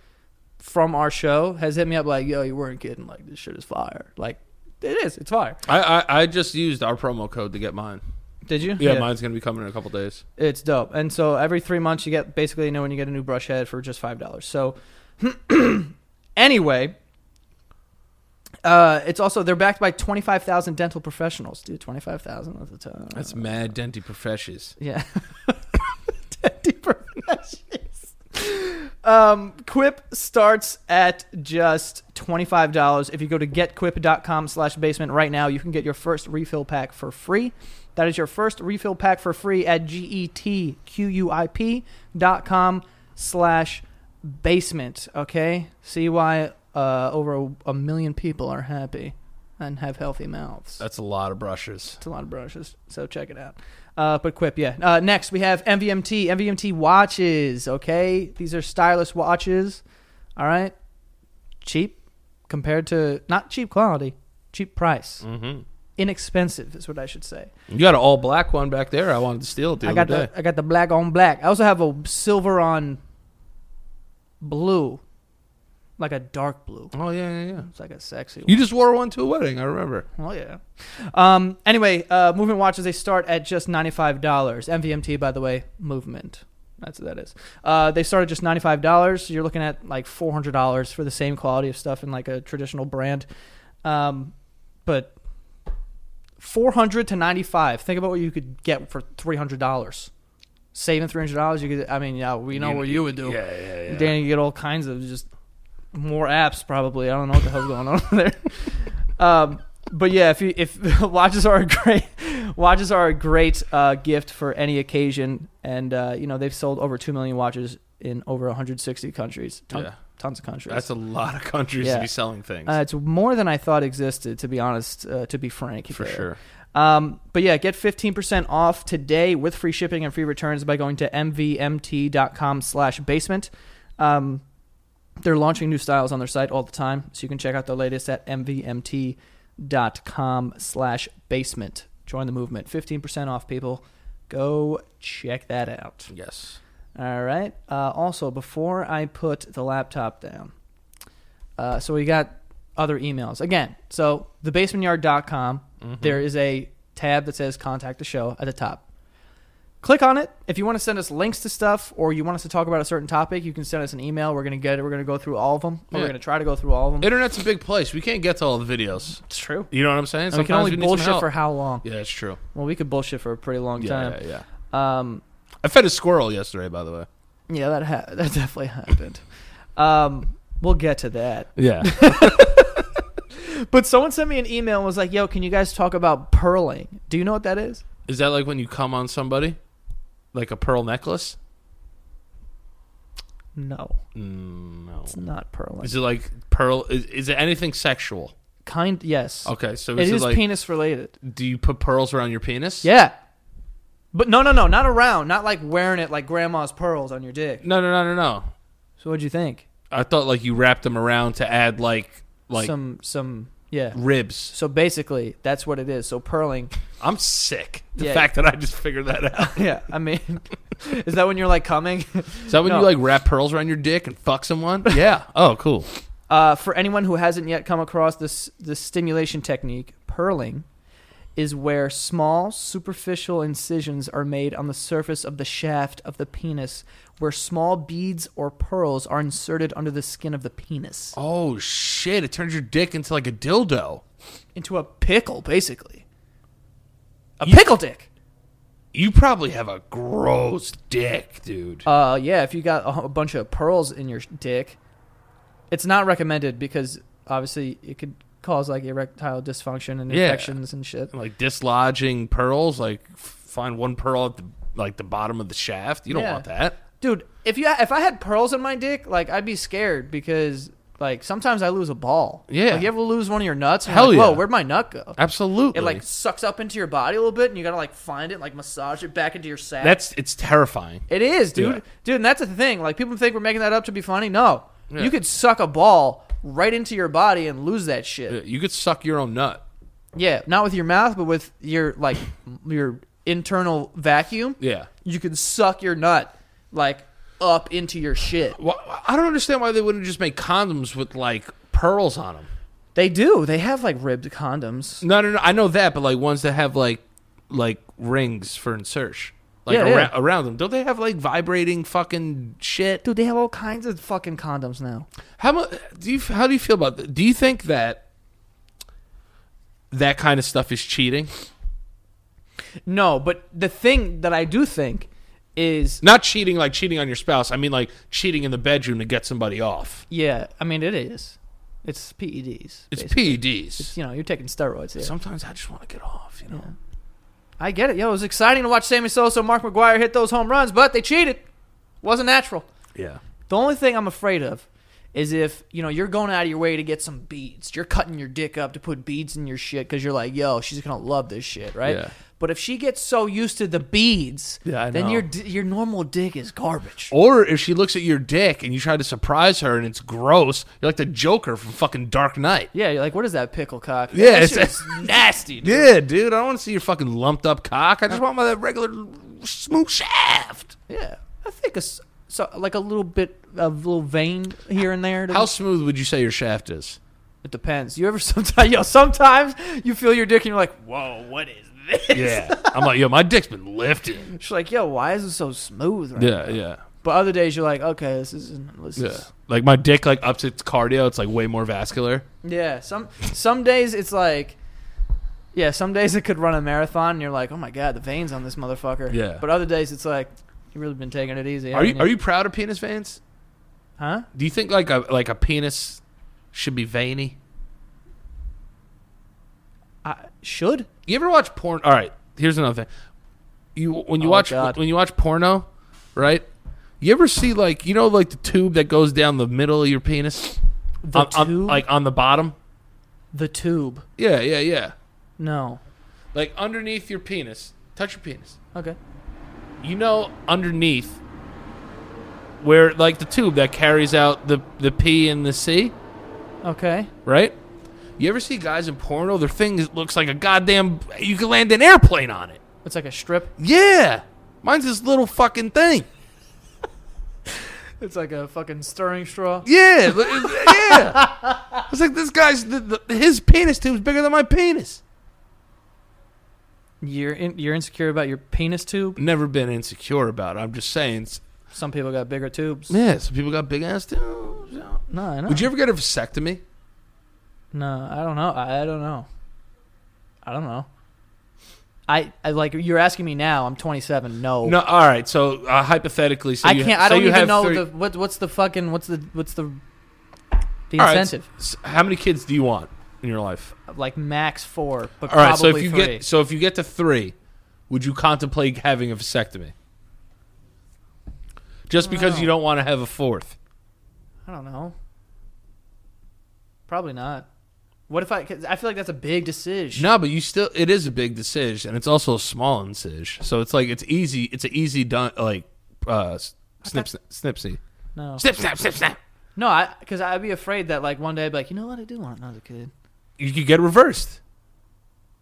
Speaker 1: from our show has hit me up like, "Yo, you weren't kidding. Like this shit is fire. Like it is. It's fire."
Speaker 2: I, I I just used our promo code to get mine.
Speaker 1: Did you?
Speaker 2: Yeah, mine's gonna be coming in a couple days.
Speaker 1: It's dope. And so every three months, you get basically you know when you get a new brush head for just five dollars. So anyway, uh, it's also they're backed by twenty five thousand dental professionals. Dude, twenty five thousand at the time.
Speaker 2: That's mad denty professions.
Speaker 1: yeah. Dental professionals. Um, Quip starts at just $25. If you go to getquip.com slash basement right now, you can get your first refill pack for free. That is your first refill pack for free at E G-E-T-Q-U-I-P dot com slash basement. Okay? See why uh, over a, a million people are happy and have healthy mouths.
Speaker 2: That's a lot of brushes.
Speaker 1: It's a lot of brushes, so check it out. Uh, but Quip, yeah. Uh, next, we have MVMT. MVMT watches, okay? These are stylish watches, all right? Cheap compared to, not cheap quality, cheap price.
Speaker 2: Mm-hmm.
Speaker 1: Inexpensive is what I should say.
Speaker 2: You got an all black one back there. I wanted to steal it the
Speaker 1: I
Speaker 2: other
Speaker 1: got
Speaker 2: day.
Speaker 1: the I got the black on black. I also have a silver on blue, like a dark blue.
Speaker 2: Oh yeah, yeah, yeah.
Speaker 1: It's like a sexy
Speaker 2: You just wore one to a wedding. I remember.
Speaker 1: Well, yeah. Um, anyway, uh, movement watches they start at just ninety five dollars. MVMT, by the way, movement. That's what that is. Uh, they start at just ninety five dollars. So you're looking at like four hundred dollars for the same quality of stuff in like a traditional brand, um, but four hundred to ninety five. Think about what you could get for three hundred dollars. saving three hundred dollars, you could. I mean, yeah, we know what you would do.
Speaker 2: Yeah, yeah, yeah.
Speaker 1: Danny, you get all kinds of just more apps. Probably, I don't know what the hell's going on over there. Um, but yeah, if you, if watches are a great watches are a great uh, gift for any occasion, and uh, you know they've sold over two million watches in over 160 countries, ton,
Speaker 2: Yeah.
Speaker 1: tons of countries.
Speaker 2: That's a lot of countries
Speaker 1: Yeah.
Speaker 2: to be selling things.
Speaker 1: uh, it's more than I thought existed, to be honest. Uh, to be frank,
Speaker 2: for
Speaker 1: there.
Speaker 2: sure.
Speaker 1: Um, but yeah, get 15% off today with free shipping and free returns by going to mvmt.com slash basement. Um, they're launching new styles on their site all the time, so you can check out the latest at mvmt.com slash basement. Join the movement. 15% off, people. Go check that out.
Speaker 2: Yes.
Speaker 1: All right. Uh, also, before I put the laptop down, uh, so we got other emails. Again, so thebasementyard.com,
Speaker 2: Mm-hmm.
Speaker 1: there is a tab that says contact the show at the top. Click on it. If you want to send us links to stuff or you want us to talk about a certain topic, you can send us an email. We're going to get it. We're going to go through all of them. Or
Speaker 2: Yeah.
Speaker 1: We're going to try to go through all of them.
Speaker 2: Internet's a big place. We can't get to all the videos.
Speaker 1: it's true.
Speaker 2: You know what I'm
Speaker 1: And
Speaker 2: saying?
Speaker 1: we can
Speaker 2: Sometimes
Speaker 1: only
Speaker 2: need some
Speaker 1: bullshit
Speaker 2: help.
Speaker 1: for how long?
Speaker 2: Yeah, it's true.
Speaker 1: Well, we could bullshit for a pretty long
Speaker 2: Yeah,
Speaker 1: time.
Speaker 2: yeah, yeah.
Speaker 1: Um,
Speaker 2: I fed a squirrel yesterday, by the way.
Speaker 1: yeah, that, ha- that definitely happened. Um, we'll get to that.
Speaker 2: Yeah.
Speaker 1: But someone sent me an email and was like, "Yo, can you guys talk about pearling? Do you know what that is?"
Speaker 2: Is that like when you come on somebody? Like a pearl necklace?
Speaker 1: No,
Speaker 2: Mm, no.
Speaker 1: it's not pearling.
Speaker 2: Is it like pearl? Is, is it anything sexual?
Speaker 1: kind yes.
Speaker 2: Okay, so
Speaker 1: it
Speaker 2: is it,
Speaker 1: is
Speaker 2: like
Speaker 1: penis related.
Speaker 2: do you put pearls around your penis?
Speaker 1: Yeah. But no, no, no, not around. Not like wearing it like grandma's pearls on your dick.
Speaker 2: No, no, no, no, no.
Speaker 1: So what'd you think?
Speaker 2: I thought like you wrapped them around to add like like
Speaker 1: some some yeah.
Speaker 2: ribs.
Speaker 1: So basically, that's what it is. So pearling.
Speaker 2: I'm sick. The
Speaker 1: Yeah.
Speaker 2: fact that I just figured that out.
Speaker 1: Yeah, I mean, is that when you're like coming?
Speaker 2: Is that when
Speaker 1: No.
Speaker 2: you like wrap pearls around your dick and fuck someone? Yeah. Oh, cool.
Speaker 1: Uh, for anyone who hasn't yet come across this this stimulation technique, purling is where small superficial incisions are made on the surface of the shaft of the penis, where small beads or pearls are inserted under the skin of the penis
Speaker 2: Oh shit! It turns your dick into like a dildo.
Speaker 1: into a pickle, basically. A
Speaker 2: You-
Speaker 1: pickle dick.
Speaker 2: You probably have a gross dick, dude.
Speaker 1: Uh, yeah, if you got a, hu- a bunch of pearls in your dick, it's not recommended because obviously it could cause like erectile dysfunction and
Speaker 2: Yeah.
Speaker 1: infections and shit.
Speaker 2: like dislodging pearls. Like f- find one pearl at the like the bottom of the shaft. You don't
Speaker 1: Yeah.
Speaker 2: want that.
Speaker 1: dude if you if i had pearls in my dick like i'd be scared because like sometimes i lose a ball
Speaker 2: Yeah.
Speaker 1: like you ever lose one of your nuts and
Speaker 2: Hell
Speaker 1: you're like, whoa
Speaker 2: yeah.
Speaker 1: where'd my nut go
Speaker 2: Absolutely.
Speaker 1: it like sucks up into your body a little bit and you gotta like find it like massage it back into your sack
Speaker 2: that's it's terrifying.
Speaker 1: it is dude
Speaker 2: Yeah.
Speaker 1: dude and that's the thing like people think we're making that up to be funny no
Speaker 2: Yeah.
Speaker 1: you could suck a ball right into your body and lose that shit yeah.
Speaker 2: Uh, You could suck your own nut.
Speaker 1: not with your mouth but with your like your internal vacuum
Speaker 2: Yeah.
Speaker 1: you could suck your nut like up into your shit
Speaker 2: Well, I don't understand why they wouldn't just make condoms with like pearls on them.
Speaker 1: They do. They have like ribbed condoms.
Speaker 2: No, no, no. I know that, but like ones that have like like rings for insertion, like
Speaker 1: Yeah, yeah.
Speaker 2: arou- around them. Don't they have like vibrating fucking shit?
Speaker 1: Dude, they have all kinds of fucking condoms now.
Speaker 2: How mu do you how do you feel about that? Do you think that that kind of stuff is cheating?
Speaker 1: No, but the thing that I do think is
Speaker 2: Not cheating like cheating on your spouse. I mean like cheating in the bedroom to get somebody off.
Speaker 1: yeah, I mean it is. It's E PEDs.
Speaker 2: It's
Speaker 1: basically.
Speaker 2: PEDs.
Speaker 1: It's, you know, you're taking steroids here.
Speaker 2: Sometimes I just want to get off, you know.
Speaker 1: I get it. Yo, it was exciting to watch Sammy Sosa and Mark McGuire hit those home runs, but they cheated. Wasn't natural.
Speaker 2: Yeah.
Speaker 1: The only thing I'm afraid of is if, you know, you're going out of your way to get some beads. You're cutting your dick up to put beads in your shit because you're like, yo, she's going to love this shit, right?
Speaker 2: Yeah.
Speaker 1: But if she gets so used to the beads,
Speaker 2: Yeah, I
Speaker 1: then
Speaker 2: know.
Speaker 1: your d- your normal dick is garbage.
Speaker 2: Or if she looks at your dick and you try to surprise her and it's gross, you're like the Joker from fucking Dark Knight.
Speaker 1: Yeah, you're like, what is that pickle cock?
Speaker 2: Yeah,
Speaker 1: that
Speaker 2: it's-
Speaker 1: shit's nasty. Dude.
Speaker 2: Yeah, dude, I don't want to see your fucking lumped up cock. I just want my regular smooth shaft.
Speaker 1: Yeah, I think a s- so like a little bit of little vein here and there. to-
Speaker 2: How smooth would you say your shaft is?
Speaker 1: it depends. You ever sometimes yo sometimes you feel your dick and you're like, whoa, what is this?
Speaker 2: Yeah. I'm like, yo, my dick's been lifted.
Speaker 1: She's like, yo, why is it so smooth? Right
Speaker 2: Yeah, yeah.
Speaker 1: But other days you're like, okay, this isn't. This
Speaker 2: Yeah.
Speaker 1: Is,
Speaker 2: Like my dick like ups its cardio, it's like way more vascular.
Speaker 1: yeah. Some some days it's like, yeah. Some days it could run a marathon, and you're like, oh my god, the veins on this motherfucker.
Speaker 2: Yeah.
Speaker 1: But other days it's like, You've really been taking it easy.
Speaker 2: Are you
Speaker 1: haven't
Speaker 2: are you proud of penis veins?
Speaker 1: Huh?
Speaker 2: Do you think like a like a penis should be veiny?
Speaker 1: I, should
Speaker 2: You ever watch porn? All right, here's another thing. You when you
Speaker 1: Oh,
Speaker 2: watch
Speaker 1: God.
Speaker 2: when you watch porno, right? You ever see like you know like the tube that goes down the middle of your penis,
Speaker 1: the
Speaker 2: On- on-
Speaker 1: tube?
Speaker 2: like on the bottom?
Speaker 1: the tube?
Speaker 2: Yeah, yeah, yeah.
Speaker 1: No.
Speaker 2: Like underneath your penis, touch your penis.
Speaker 1: Okay.
Speaker 2: You know underneath where like the tube that carries out the the P and the C,
Speaker 1: Okay.
Speaker 2: right? You ever see guys in porno? Their thing is- looks like a goddamn. You can land an airplane on it.
Speaker 1: It's like a strip.
Speaker 2: Yeah, mine's this little fucking thing.
Speaker 1: It's like a fucking stirring straw.
Speaker 2: Yeah, li- yeah. I was like, this guy's the, the, his penis tube's bigger than my penis.
Speaker 1: You're in, you're insecure about your penis tube.
Speaker 2: Never been insecure about it. I'm just saying. it's-
Speaker 1: Some people got bigger tubes.
Speaker 2: Yeah, some people got big ass tubes. yeah.
Speaker 1: No, I know.
Speaker 2: Would you ever get a vasectomy?
Speaker 1: No, I don't know. I, I don't know. I don't know. I, I like you're asking me now. I'm 27. No.
Speaker 2: No. All right. So uh, hypothetically, so
Speaker 1: I
Speaker 2: you,
Speaker 1: can't. I
Speaker 2: so
Speaker 1: don't
Speaker 2: you
Speaker 1: even
Speaker 2: have
Speaker 1: know
Speaker 2: three-
Speaker 1: the what, what's the fucking what's the what's the the
Speaker 2: All right,
Speaker 1: incentive
Speaker 2: s- how many kids do you want in your life?
Speaker 1: like max four, but
Speaker 2: All right. So
Speaker 1: probably
Speaker 2: if you
Speaker 1: three.
Speaker 2: get so if you get to three, would you contemplate having a vasectomy? Just because
Speaker 1: know.
Speaker 2: you don't want to have a fourth.
Speaker 1: I don't know. Probably not. What if I? 'cause I feel like that's a big decision.
Speaker 2: No, but you still it is a big decision and it's also a small incision. So it's like it's easy it's an easy done like uh s- snip snip snipsy.
Speaker 1: No,
Speaker 2: Snip snap snip snap.
Speaker 1: no, I because I'd be afraid that like one day I'd be like, you know what, I do want another kid.
Speaker 2: You could get reversed.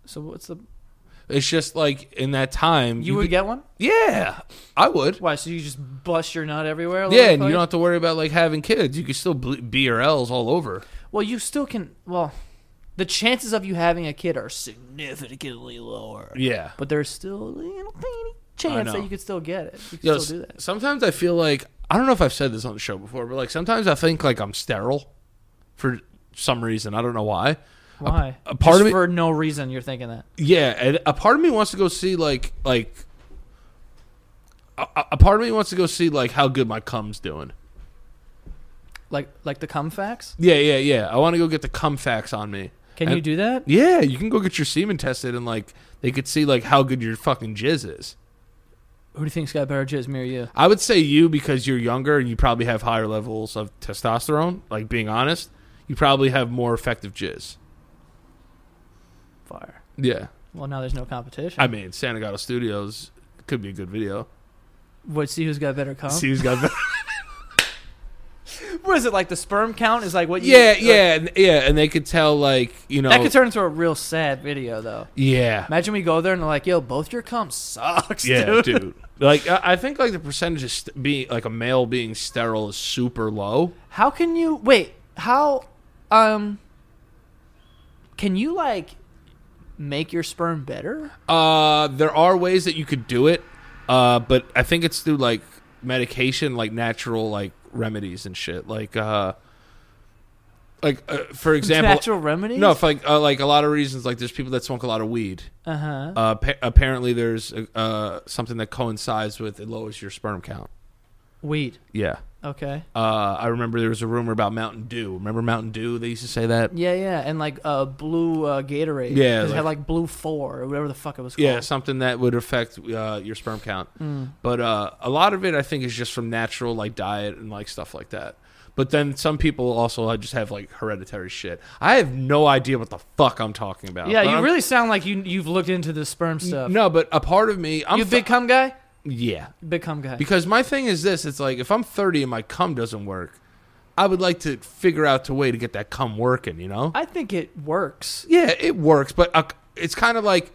Speaker 1: So what's the? You,
Speaker 2: It's just like in that time
Speaker 1: would
Speaker 2: could-
Speaker 1: get one?
Speaker 2: Yeah. I would.
Speaker 1: Why? So you just bust your nut everywhere? a
Speaker 2: Yeah,
Speaker 1: little
Speaker 2: and you
Speaker 1: fucker?
Speaker 2: don't have to worry about like having kids. You could still ble- BRLs all over.
Speaker 1: Well, you still can. Well, the chances of you having a kid are significantly lower.
Speaker 2: Yeah.
Speaker 1: But there's still a little tiny
Speaker 2: I
Speaker 1: chance
Speaker 2: know.
Speaker 1: that you could still get it. You could
Speaker 2: You know,
Speaker 1: still do
Speaker 2: s-
Speaker 1: that.
Speaker 2: Sometimes I feel like I don't know if I've said this on the show before, but like sometimes I think like I'm sterile for some reason. I don't know why.
Speaker 1: Why?
Speaker 2: a part
Speaker 1: Just
Speaker 2: of me-
Speaker 1: for no reason, you're thinking that.
Speaker 2: Yeah, and a part of me wants to go see like like a, a- a part of me wants to go see like how good my cum's doing.
Speaker 1: Like, like the cum facts?
Speaker 2: Yeah, yeah, yeah. I want to go get the cum facts on me.
Speaker 1: Can
Speaker 2: And-
Speaker 1: you do that?
Speaker 2: Yeah, you can go get your semen tested and like they could see like how good your fucking jizz is.
Speaker 1: Who do you think's got better jizz, me or you?
Speaker 2: I would say you because you're younger and you probably have higher levels of testosterone. Like being honest, you probably have more effective jizz.
Speaker 1: Fire.
Speaker 2: Yeah,
Speaker 1: Well, now there's no competition.
Speaker 2: I mean Santa Gato Studios could be a good video.
Speaker 1: What? See who's got better cum?
Speaker 2: See who's got.
Speaker 1: what is it like? The sperm count is like what? You,
Speaker 2: yeah,
Speaker 1: like-
Speaker 2: yeah, and- yeah, and they could tell like you know
Speaker 1: That could turn into a real sad video, though.
Speaker 2: Yeah.
Speaker 1: Imagine we go there and they're like, "Yo, both your cum sucks,
Speaker 2: Yeah,
Speaker 1: dude."
Speaker 2: dude. Like I I think like the percentage of st- being like a male being sterile is super low.
Speaker 1: How can you wait? How um can you like make your sperm better?
Speaker 2: Uh, there are ways that you could do it, uh, but I think it's through like medication, like natural like remedies and shit. Like uh, like uh, for example,
Speaker 1: Natural remedies?
Speaker 2: no, if, like uh, like a lot of reasons. Like there's people that smoke a lot of weed.
Speaker 1: uh-huh.
Speaker 2: Uh, pa- apparently there's uh something that coincides with it lowers your sperm count.
Speaker 1: Weed.
Speaker 2: Yeah.
Speaker 1: Okay.
Speaker 2: Uh, I remember there was a rumor about Mountain Dew. Remember Mountain Dew? They used to say that.
Speaker 1: Yeah, yeah, and like uh blue uh, Gatorade.
Speaker 2: Yeah,
Speaker 1: 'Cause it had
Speaker 2: like-
Speaker 1: like blue 4 or whatever the fuck it was called.
Speaker 2: Yeah, Uh, something that would affect uh, your sperm count.
Speaker 1: Mm.
Speaker 2: But uh, a lot of it, I think, is just from natural like diet and like stuff like that. But then some people also uh, just have like hereditary shit. I have no idea what the fuck I'm talking about.
Speaker 1: Yeah,
Speaker 2: But
Speaker 1: you
Speaker 2: I'm-
Speaker 1: really sound like you you've looked into the sperm stuff.
Speaker 2: Um, no. But a part of me, I'm
Speaker 1: you a
Speaker 2: fu-
Speaker 1: big cum guy?
Speaker 2: yeah,
Speaker 1: Big cum guy.
Speaker 2: because my thing is this: it's like if I'm 30 and my cum doesn't work, I would like to figure out a way to get that cum working. You know?
Speaker 1: I think it works.
Speaker 2: yeah, it works, but uh, it's kind of like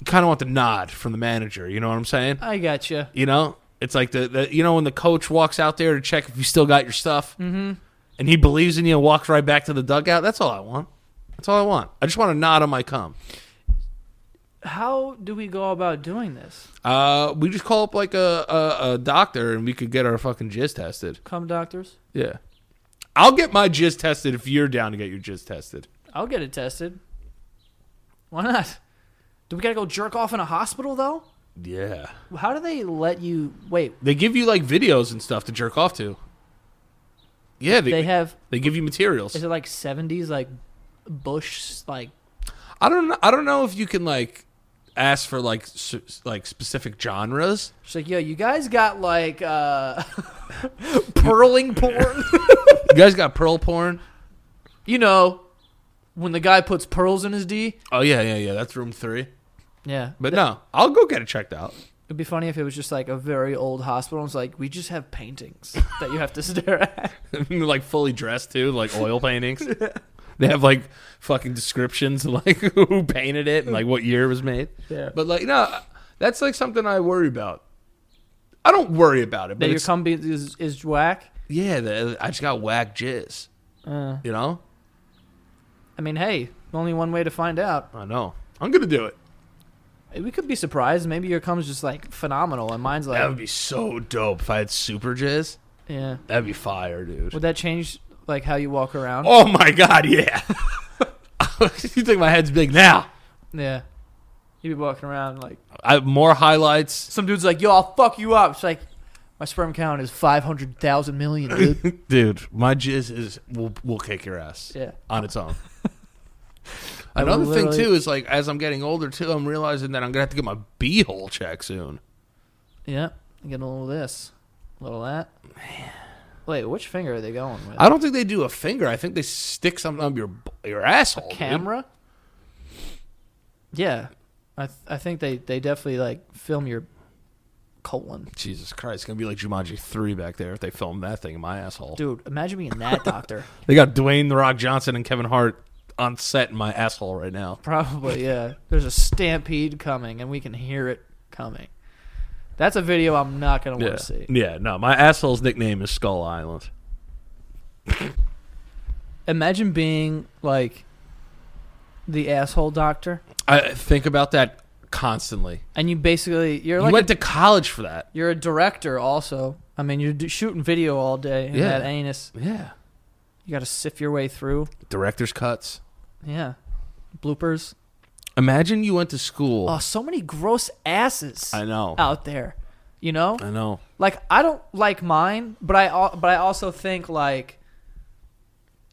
Speaker 2: you kind of want the nod from the manager. You know what I'm saying?
Speaker 1: I gotcha.
Speaker 2: You know, it's like the, the you know when the coach walks out there to check if you still got your stuff, and he believes in you and walks right back to the dugout. That's all I want. That's all I want. I just want a nod on my cum.
Speaker 1: How do we go about doing this?
Speaker 2: Uh, we just call up like a, a, a doctor and we could get our fucking jizz tested.
Speaker 1: Cum doctors?
Speaker 2: Yeah, I'll get my jizz tested if you're down to get your jizz tested.
Speaker 1: I'll get it tested. Why not? Do we gotta go jerk off in a hospital though?
Speaker 2: Yeah.
Speaker 1: How do they let you wait?
Speaker 2: They give you like videos and stuff to jerk off to. Yeah, they
Speaker 1: They
Speaker 2: they,
Speaker 1: have
Speaker 2: give you materials.
Speaker 1: is it like seventies like Bush like
Speaker 2: I don't know, I don't know if you can like ask for like s- like specific genres.
Speaker 1: she's like yo you guys got like uh pearling porn
Speaker 2: You guys got pearl porn?
Speaker 1: you know when the guy puts pearls in his D
Speaker 2: Oh yeah, yeah, yeah. That's room 3.
Speaker 1: yeah
Speaker 2: But no, I'll go get it checked out.
Speaker 1: it'd be funny if it was just like a very old hospital and it's like we just have paintings that you have to stare at
Speaker 2: They're, like fully dressed too, like oil paintings. They have like fucking descriptions of like who painted it and like what year it was made.
Speaker 1: Yeah.
Speaker 2: But like no, that's like something I worry about. I don't worry about it,
Speaker 1: that
Speaker 2: but
Speaker 1: your
Speaker 2: it's,
Speaker 1: cum be- is is whack.
Speaker 2: yeah, the, I just got whack jizz.
Speaker 1: Uh,
Speaker 2: You know,
Speaker 1: I mean hey only one way to find out
Speaker 2: I know. I'm gonna do it.
Speaker 1: we could be surprised maybe your cum's just like phenomenal and mine's
Speaker 2: That would
Speaker 1: like
Speaker 2: be so dope if I had super jizz.
Speaker 1: yeah
Speaker 2: That'd be fire, dude.
Speaker 1: would that change like how you walk around
Speaker 2: Oh my god, yeah. you think my head's big now?
Speaker 1: Yeah. You'd be walking around like
Speaker 2: I have more highlights,
Speaker 1: some dude's like, "Yo, I'll fuck you up." It's like my sperm count is five hundred thousand million, dude.
Speaker 2: dude. My jizz is will will kick your ass
Speaker 1: yeah.
Speaker 2: on its own.
Speaker 1: I will
Speaker 2: Another thing
Speaker 1: literally-
Speaker 2: too is like as I'm getting older too, I'm realizing that I'm gonna have to get my b hole checked soon.
Speaker 1: Yeah. I'm getting a little of this, a little of that. Wait, which finger are they going with?
Speaker 2: I don't think they do a finger. I think they stick something up your b- your asshole. dude.
Speaker 1: Camera. Yeah, I th- I think they they definitely like film your colon,
Speaker 2: Jesus Christ, it's gonna be like Jumanji three back there if they film that thing in my asshole.
Speaker 1: dude. Imagine being that doctor.
Speaker 2: They got Dwayne the Rock Johnson and Kevin Hart on set in my asshole right now.
Speaker 1: Probably, yeah. There's a stampede coming, and we can hear it coming. That's a video I'm not gonna want to see.
Speaker 2: yeah. No, my asshole's nickname is Skull Island.
Speaker 1: imagine being like the asshole doctor
Speaker 2: I think about that constantly.
Speaker 1: and you basically you're
Speaker 2: You
Speaker 1: like
Speaker 2: went
Speaker 1: a,
Speaker 2: to college for that.
Speaker 1: you're a director also i mean you're do- shooting video all day and
Speaker 2: Yeah.
Speaker 1: that anus
Speaker 2: Yeah.
Speaker 1: you gotta sift your way through
Speaker 2: Director's cuts.
Speaker 1: yeah bloopers
Speaker 2: Imagine you went to school.
Speaker 1: oh uh, so many gross asses
Speaker 2: I know.
Speaker 1: out there you know
Speaker 2: I know.
Speaker 1: like i don't like mine but i al- but i also think like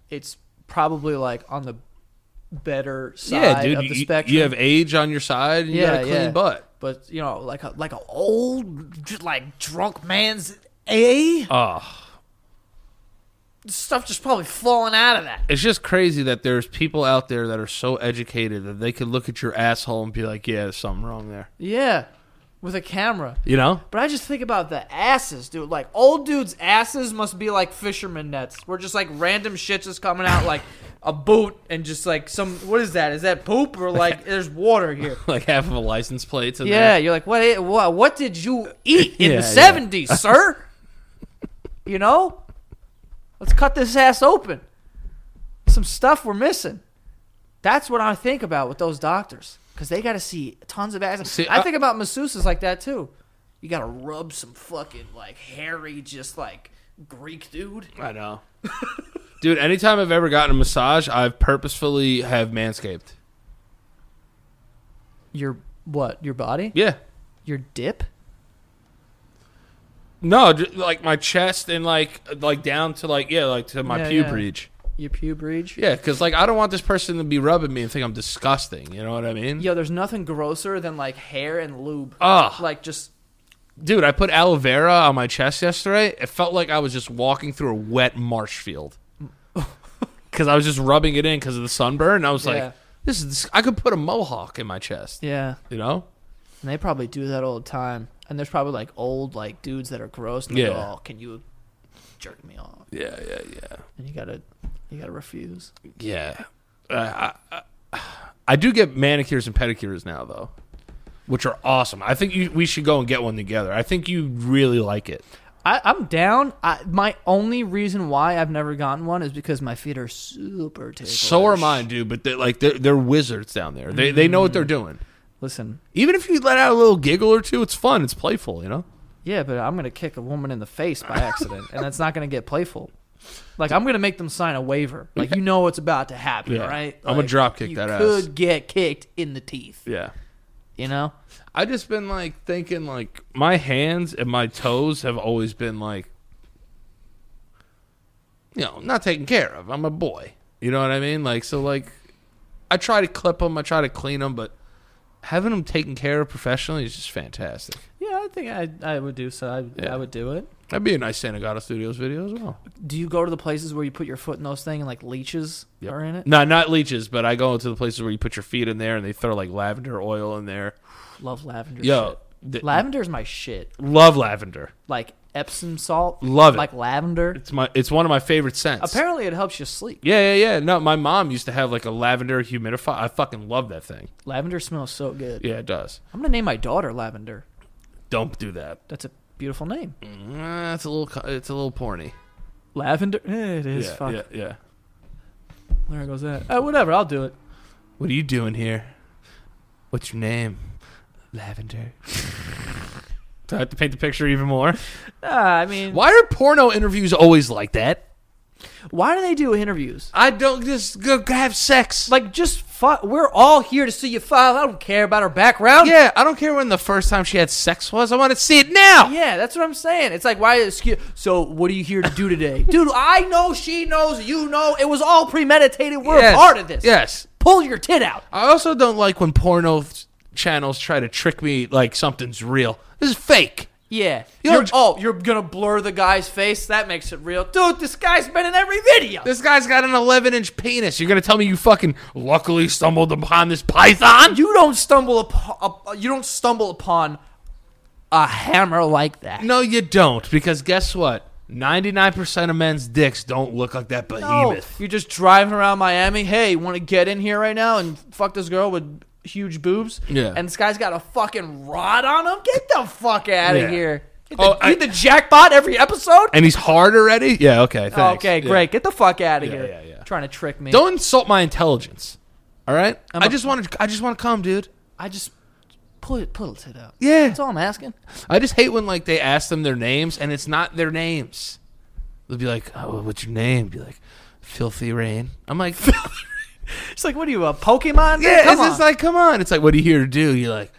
Speaker 1: it's probably like on the better side
Speaker 2: yeah, dude.
Speaker 1: of
Speaker 2: you-
Speaker 1: the
Speaker 2: you,
Speaker 1: spectrum
Speaker 2: you have age on your side and you got
Speaker 1: Yeah,
Speaker 2: a clean
Speaker 1: yeah.
Speaker 2: butt.
Speaker 1: but you know, like a like a old j- like drunk man's a
Speaker 2: Oh,
Speaker 1: stuff just probably falling out of that.
Speaker 2: it's just crazy that there's people out there that are so educated that they could look at your asshole and be like, yeah, there's something wrong there.
Speaker 1: Yeah, with a camera.
Speaker 2: You know?
Speaker 1: But I just think about the asses, dude. Like old dudes' asses must be like fisherman nets. Where just like random shit just coming out like a boot and just like some what is that? Is that poop or like there's water here?
Speaker 2: Like half of a license plate's in
Speaker 1: Yeah,
Speaker 2: there.
Speaker 1: you're like, what? What? What did you eat in
Speaker 2: Yeah, yeah.
Speaker 1: the '70s, sir? you know, let's cut this ass open. Some stuff we're missing. That's what I think about with those doctors because they got to see tons of ass.
Speaker 2: See,
Speaker 1: I,
Speaker 2: I-
Speaker 1: think about masseuses like that too. You got to rub some fucking like hairy, just like Greek dude.
Speaker 2: I know. Dude, anytime I've ever gotten a massage, I've purposefully have manscaped.
Speaker 1: Your what? Your body?
Speaker 2: Yeah.
Speaker 1: Your dip?
Speaker 2: No, ju- like my chest and like like down to like yeah, like to my
Speaker 1: Yeah,
Speaker 2: pube
Speaker 1: yeah.
Speaker 2: reach.
Speaker 1: Your pube reach?
Speaker 2: Yeah, because like I don't want this person to be rubbing me and think I'm disgusting. You know what I mean?
Speaker 1: Yo, there's nothing grosser than like hair and lube.
Speaker 2: Ugh.
Speaker 1: Like just
Speaker 2: Dude, I put aloe vera on my chest yesterday. It felt like I was just walking through a wet marsh field. Because I was just rubbing it in because of the sunburn. And I was
Speaker 1: Yeah.
Speaker 2: like, this is dis- I could put a mohawk in my chest.
Speaker 1: yeah.
Speaker 2: You know?
Speaker 1: And they probably do that all the time. And there's probably like old like dudes that are gross. And yeah.
Speaker 2: Yeah.
Speaker 1: oh, can you jerk me off?
Speaker 2: Yeah, yeah, yeah.
Speaker 1: And you gotta, you gotta refuse.
Speaker 2: Yeah. Uh, I, I, I do get manicures and pedicures now, though, which are awesome. I think you, we should go and get one together. I think you really like it.
Speaker 1: I, I'm down. I, my only reason why I've never gotten one is because my feet are super ticklish.
Speaker 2: So are mine, dude, but they're, like, they're, they're wizards down there. They, they know what they're doing.
Speaker 1: Listen,
Speaker 2: Even if you let out a little giggle or two, it's fun. It's playful, you know?
Speaker 1: yeah, but I'm gonna kick a woman in the face by accident, and that's not gonna get playful. Like I'm gonna make them sign a waiver. Like you know what's about to happen,
Speaker 2: Yeah.
Speaker 1: right?
Speaker 2: I'm gonna
Speaker 1: Like,
Speaker 2: drop kick
Speaker 1: you
Speaker 2: that ass.
Speaker 1: Could get kicked in the teeth.
Speaker 2: Yeah.
Speaker 1: You know?
Speaker 2: I just been like thinking like my hands and my toes have always been like you know, not taken care of. I'm a boy. You know what I mean? Like so like I try to clip them, I try to clean them, but having them taken care of professionally is just fantastic.
Speaker 3: Yeah, I think I I would do so. I
Speaker 2: Yeah.
Speaker 3: I would do it.
Speaker 2: That'd be a nice Santa Gata Studios video as well.
Speaker 1: Do you go to the places where you put your foot in those things and like leeches
Speaker 2: Yep.
Speaker 1: are in it?
Speaker 2: No, not leeches, but I go into the places where you put your feet in there and they throw like lavender oil in there.
Speaker 1: Love lavender.
Speaker 2: Yo,
Speaker 1: shit.
Speaker 2: th-
Speaker 1: lavender's my shit.
Speaker 2: love lavender.
Speaker 1: Like Epsom salt.
Speaker 2: Love it.
Speaker 1: Like lavender.
Speaker 2: It's my it's one of my favorite scents.
Speaker 1: Apparently, it helps you sleep.
Speaker 2: Yeah, yeah, yeah. No, my mom used to have like a lavender humidifier. I fucking love that thing.
Speaker 1: Lavender smells so good.
Speaker 2: Yeah, it does.
Speaker 1: I'm gonna name my daughter Lavender.
Speaker 2: Don't do that.
Speaker 1: That's a beautiful name.
Speaker 2: Mm, it's a little, co- it's a little porny.
Speaker 1: Lavender. Eh, it is.
Speaker 2: yeah,
Speaker 1: fuck.
Speaker 2: yeah, yeah.
Speaker 1: There goes that. Uh, whatever. I'll do it.
Speaker 2: What are you doing here? What's your name? Lavender. do I have to paint the picture even more?
Speaker 1: Ah, I mean, why?
Speaker 2: Why are porno interviews always like that?
Speaker 1: do they do interviews?
Speaker 2: I don't just go have sex.
Speaker 1: Like, just fuck. We're all here to see you file. I don't care about her background.
Speaker 2: yeah, I don't care when the first time she had sex was. I want to see it now.
Speaker 1: Yeah, that's what I'm saying. It's like, why? Excuse, so, what are you here to do today, dude? I know, she knows, you know. It was all premeditated. We're
Speaker 2: Yes,
Speaker 1: a part of this.
Speaker 2: Yes.
Speaker 1: pull your tit out.
Speaker 2: I also don't like when porno th- channels try to trick me like something's real. This is fake.
Speaker 1: Yeah.
Speaker 2: You
Speaker 1: You're-
Speaker 2: know-
Speaker 1: oh, you're gonna blur the guy's face. That makes it real, dude. This guy's been in every video.
Speaker 2: This guy's got an 11 inch penis. You're going to tell me you fucking luckily stumbled upon this python?
Speaker 1: you don't stumble upon. You don't stumble upon a hammer like that.
Speaker 2: No, you don't, because guess what? 99% of men's dicks don't look like that
Speaker 1: No,
Speaker 2: behemoth.
Speaker 1: you're just driving around Miami. Hey, want to get in here right now and fuck this girl with huge boobs?
Speaker 2: Yeah.
Speaker 1: And this guy's got a fucking rod on him. Get the fuck out of
Speaker 2: Yeah.
Speaker 1: here. Get the,
Speaker 2: Oh, I-
Speaker 1: you the jackpot every episode.
Speaker 2: And he's hard already? Yeah, okay, thanks.
Speaker 1: Okay,
Speaker 2: Yeah.
Speaker 1: great. Get the fuck out of
Speaker 2: Yeah,
Speaker 1: here.
Speaker 2: yeah, yeah.
Speaker 1: Trying to trick me.
Speaker 2: Don't insult my intelligence. All right?
Speaker 1: I'm
Speaker 2: I
Speaker 1: a-
Speaker 2: just want to I just want to come, dude.
Speaker 1: I just pull it, pull it out.
Speaker 2: Yeah.
Speaker 1: That's all I'm asking.
Speaker 2: I just hate when like they ask them their names and it's not their names. They'll be like, "Oh, what's your name?" Be like, "Filthy Rain." I'm like,
Speaker 1: It's like, what are you, a Pokemon?
Speaker 2: "Yeah."
Speaker 1: Come
Speaker 2: it's just
Speaker 1: on.
Speaker 2: like, "Come on." It's like, "What are you here to do?" You're like,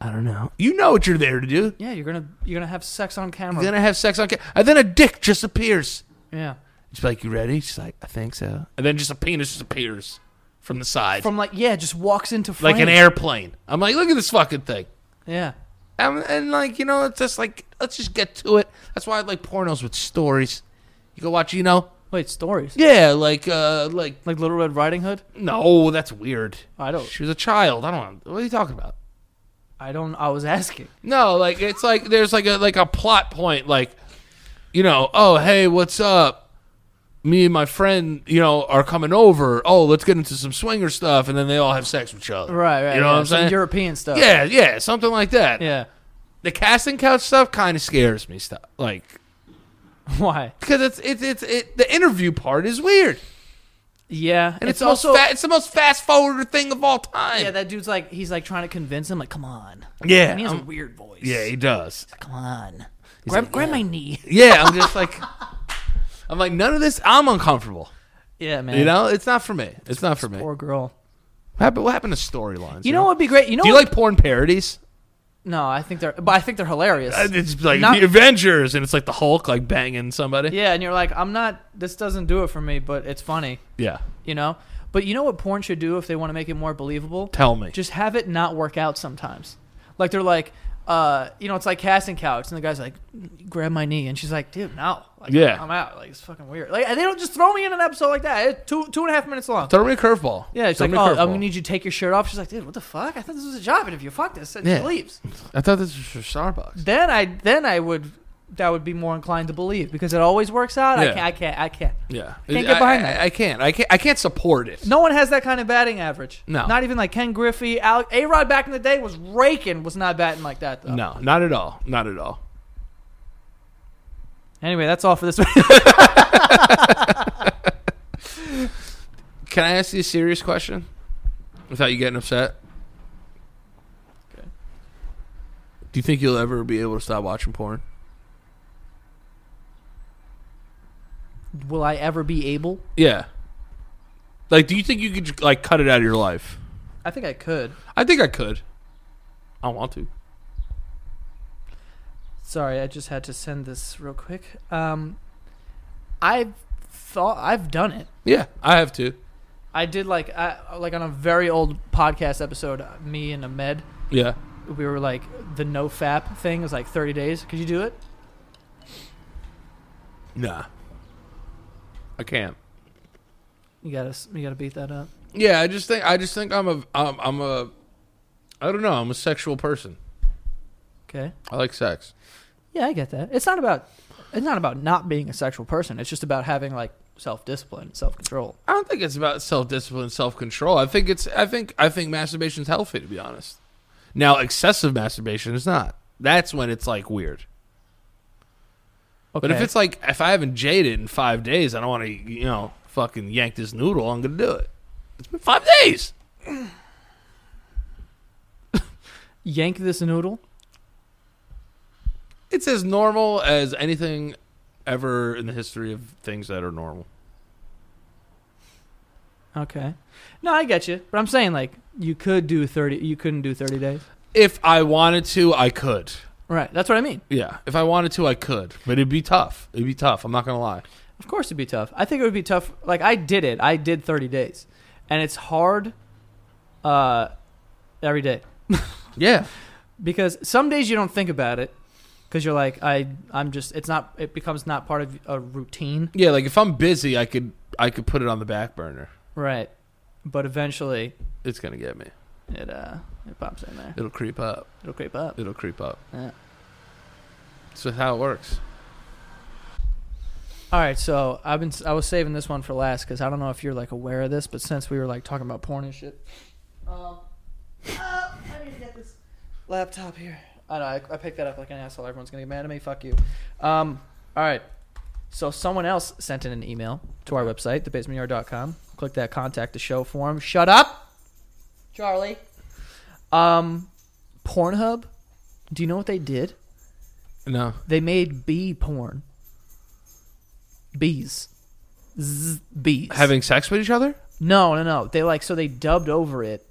Speaker 2: "I don't know." You know what you're there to do.
Speaker 1: yeah, you're gonna you're gonna have sex on camera.
Speaker 2: You're gonna have sex on, ca- and then a dick just appears.
Speaker 1: yeah.
Speaker 2: She's like, "You ready?" She's like, "I think so." And then just a penis just appears from the side,
Speaker 1: From like yeah, just walks into frame.
Speaker 2: like an airplane. I'm like, "Look at this fucking thing."
Speaker 1: Yeah.
Speaker 2: Um, and like you know, it's just like let's just get to it. That's why I like pornos with stories. You go watch, you know,
Speaker 1: Wait, stories.
Speaker 2: yeah, like uh, like
Speaker 1: Like Little Red Riding Hood.
Speaker 2: no, that's weird.
Speaker 1: I don't.
Speaker 2: She was a child. I don't. What are you talking about?
Speaker 1: I don't. I was asking.
Speaker 2: No, like it's like there's like a like a plot point, like you know, oh hey, what's up? Me and my friend, you know, are coming over. Oh, let's get into some swinger stuff, and then they all have sex with each other.
Speaker 1: Right, right.
Speaker 2: You know
Speaker 1: yeah,
Speaker 2: what I'm
Speaker 1: some
Speaker 2: saying?
Speaker 1: European stuff.
Speaker 2: yeah, yeah, something like that.
Speaker 1: Yeah.
Speaker 2: The casting couch stuff kind of scares me. Stuff like
Speaker 1: Why?
Speaker 2: because it's it's it's it, the interview part is weird,
Speaker 1: Yeah.
Speaker 2: and it's, the most fa- it's the most fast forward thing of all time.
Speaker 1: yeah, that dude's like he's like trying to convince him like come on.
Speaker 2: Yeah,
Speaker 1: And he has a
Speaker 2: I'm-
Speaker 1: weird voice.
Speaker 2: Um, yeah, he does.
Speaker 1: Come on. Grab, grab my knee.
Speaker 2: Yeah, I'm just like, I'm like none of this. I'm uncomfortable.
Speaker 1: Yeah, man.
Speaker 2: You know, it's not for me. It's not for me.
Speaker 1: Poor girl.
Speaker 2: What happened, what happened to storylines?
Speaker 1: You know what'd be great? You know
Speaker 2: Do you
Speaker 1: what-
Speaker 2: like porn parodies?
Speaker 1: No, I think they're but I think they're hilarious.
Speaker 2: Uh, It's like
Speaker 1: Not-
Speaker 2: the Avengers, and it's like the Hulk like banging somebody.
Speaker 1: yeah, and you're like, I'm not this doesn't do it for me, but it's funny,
Speaker 2: Yeah.
Speaker 1: you know? But you know what porn should do if they want to make it more believable?
Speaker 2: Tell me.
Speaker 1: Just have it not work out sometimes. Like they're like, uh, you know, it's like casting couch, and the guy's like, grab my knee, and she's like, dude, no, like,
Speaker 2: Yeah.
Speaker 1: I'm out. Like it's fucking weird. Like and they don't just throw me in an episode like that. It's two two and a half minutes long.
Speaker 2: Throw me a curveball.
Speaker 1: Yeah, it's
Speaker 2: Throw
Speaker 1: like,
Speaker 2: me
Speaker 1: oh,
Speaker 2: a
Speaker 1: I'm
Speaker 2: curveball.
Speaker 1: gonna need you to take your shirt off. She's like, dude, what the fuck? I thought this was a job interview. Fuck this. And
Speaker 2: Yeah.
Speaker 1: she leaves.
Speaker 2: I thought this was for Starbucks.
Speaker 1: Then I then I would that would be more inclined to believe because it always works out.
Speaker 2: Yeah.
Speaker 1: I can't. I can't. I can't.
Speaker 2: Yeah.
Speaker 1: Can't get behind
Speaker 2: I,
Speaker 1: that.
Speaker 2: I, I can't. I can't. I can't support it.
Speaker 1: No one has that kind of batting average.
Speaker 2: No.
Speaker 1: Not even like Ken Griffey. Al- A Rod back in the day was raking, was not batting like that, though.
Speaker 2: No, not at all. Not at all.
Speaker 1: Anyway, that's all for this week.
Speaker 2: Can I ask you a serious question without you getting upset?
Speaker 1: Okay.
Speaker 2: Do you think you'll ever be able to stop watching porn?
Speaker 1: Will I ever be able?
Speaker 2: Yeah. Like, do you think you could like cut it out of your life?
Speaker 1: I think I could.
Speaker 2: I think I could. I want to.
Speaker 1: Sorry, I just had to send this real quick. Um, I've thought I've done it.
Speaker 2: Yeah, I have to.
Speaker 1: I did like I, like on a very old podcast episode. Me and Ahmed,
Speaker 2: Yeah.
Speaker 1: we were like the no fap thing was like thirty days. Could you do it?
Speaker 2: Nah. I can't.
Speaker 1: You gotta s- you gotta beat that up.
Speaker 2: Yeah, I just think I just think I'm a I'm, I'm a I don't know, I'm a sexual person.
Speaker 1: Okay.
Speaker 2: I like sex.
Speaker 1: Yeah, I get that. It's not about it's not about not being a sexual person. It's just about having like self discipline, self control.
Speaker 2: I don't think it's about self discipline, self control. I think it's I think I think masturbation's healthy to be honest. Now excessive masturbation is not. That's when it's like weird.
Speaker 1: Okay.
Speaker 2: But if it's like if I haven't jaded in five days, I don't want to you know fucking yank this noodle. I'm gonna do it. It's been five days.
Speaker 1: yank this noodle,
Speaker 2: It's as normal as anything ever in the history of things that are normal.
Speaker 1: okay. No, I get you. But I'm saying like you could do thirty. You couldn't do thirty days.
Speaker 2: If I wanted to, I could.
Speaker 1: Right. That's what I mean.
Speaker 2: Yeah, if I wanted to, I could, but it'd be tough. It'd be tough. I'm not gonna lie.
Speaker 1: Of course, it'd be tough. I think it would be tough. Like I did it. I did thirty days, and it's hard. Uh, every day.
Speaker 2: Yeah,
Speaker 1: because some days you don't think about it because you're like I I'm just it's not it becomes not part of a routine
Speaker 2: yeah. Like if I'm busy, I could, I could put it on the back burner.
Speaker 1: right but eventually
Speaker 2: It's gonna get me.
Speaker 1: it uh it pops in there
Speaker 2: It'll creep up.
Speaker 1: it'll creep up
Speaker 2: It'll creep up.
Speaker 1: Yeah.
Speaker 2: So how it works.
Speaker 1: all right so I've been I was saving this one for last because I don't know if you're like aware of this but since we were like talking about porn and shit um oh, I need to get this laptop here I know I, I picked that up like an asshole everyone's gonna get mad at me fuck you um all right So someone else sent in an email to our website, thebasementyard.com. Click that contact the show form. Shut up, Charlie. Um, Pornhub. Do you know what they did?
Speaker 2: No.
Speaker 1: They made bee porn. Bees. Zzz, bees.
Speaker 2: Having sex with each other?
Speaker 1: no, no, no. They like so they dubbed over it,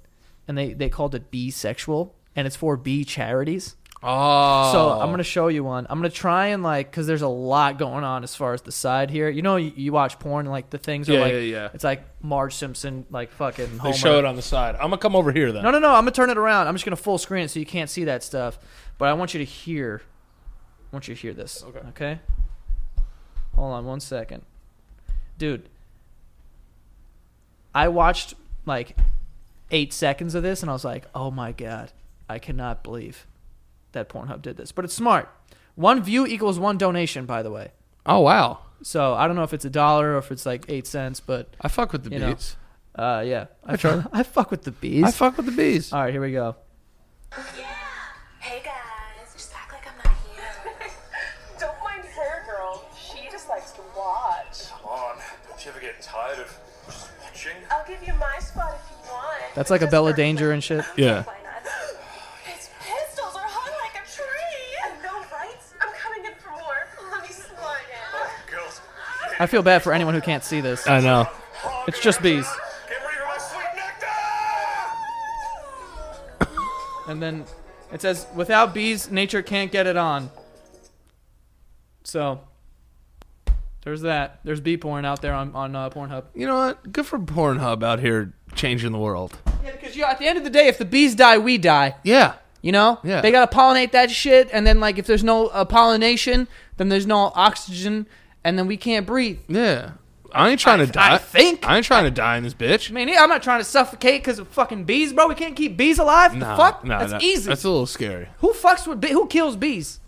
Speaker 1: and they they called it bee sexual, and it's for bee charities.
Speaker 2: Oh.
Speaker 1: So I'm gonna show you one. I'm gonna try and like, cause there's a lot going on as far as the side here. You know, you, you watch porn, like the things are
Speaker 2: Yeah,
Speaker 1: like,
Speaker 2: yeah, yeah.
Speaker 1: it's like Marge Simpson, like fucking
Speaker 2: They
Speaker 1: Homer.
Speaker 2: show it on the side. I'm gonna come over here then.
Speaker 1: no, no, no. I'm gonna turn it around. I'm just gonna full screen it so you can't see that stuff. But I want you to hear. I want you to hear this.
Speaker 2: Okay.
Speaker 1: Okay. Hold on one second, dude. I watched like eight seconds of this and I was like, oh my god, I cannot believe that Pornhub did this. But it's smart. One view equals one donation, by the way.
Speaker 2: Oh wow.
Speaker 1: So I don't know if it's a dollar or if it's like eight cents, but
Speaker 2: I fuck with the
Speaker 1: You know.
Speaker 2: bees.
Speaker 1: uh, yeah, I,
Speaker 2: Charlie.
Speaker 1: I fuck with the bees.
Speaker 2: I fuck with the bees.
Speaker 1: All right, here we go.
Speaker 4: Hey guys, just act like I'm not here.
Speaker 5: Don't mind her, girl. She just likes to watch.
Speaker 6: Come on, don't you ever get tired of just watching?
Speaker 5: I'll give you my spot if you want.
Speaker 1: That's like a Bella Danger and shit.
Speaker 2: Yeah.
Speaker 4: Why not?
Speaker 5: Its pistols are hung like a tree. I know, right? I'm coming in for more. Let me slide in.
Speaker 6: Girls,
Speaker 1: I feel bad for anyone who can't see this.
Speaker 2: I know.
Speaker 1: It's just bees.
Speaker 6: Get ready for my sweet nectar!
Speaker 1: And then it says, without bees, nature can't get it on. So there's that. There's bee porn out there on, on uh, Pornhub.
Speaker 2: You know what? Good for Pornhub out here changing the world.
Speaker 1: Yeah, because you know, at the end of the day, if the bees die, we die.
Speaker 2: Yeah.
Speaker 1: You know?
Speaker 2: Yeah.
Speaker 1: They got to pollinate that shit. And then, like, if there's no uh, pollination, then there's no oxygen. And then we can't breathe.
Speaker 2: Yeah. I ain't trying to die.
Speaker 1: I think-
Speaker 2: I ain't trying to die in this bitch.
Speaker 1: I mean, I'm not trying to suffocate because of fucking bees, bro. We can't keep bees alive. the fuck? that's
Speaker 2: that-
Speaker 1: easy.
Speaker 2: That's a little scary.
Speaker 1: Who fucks with bee? Who kills bees?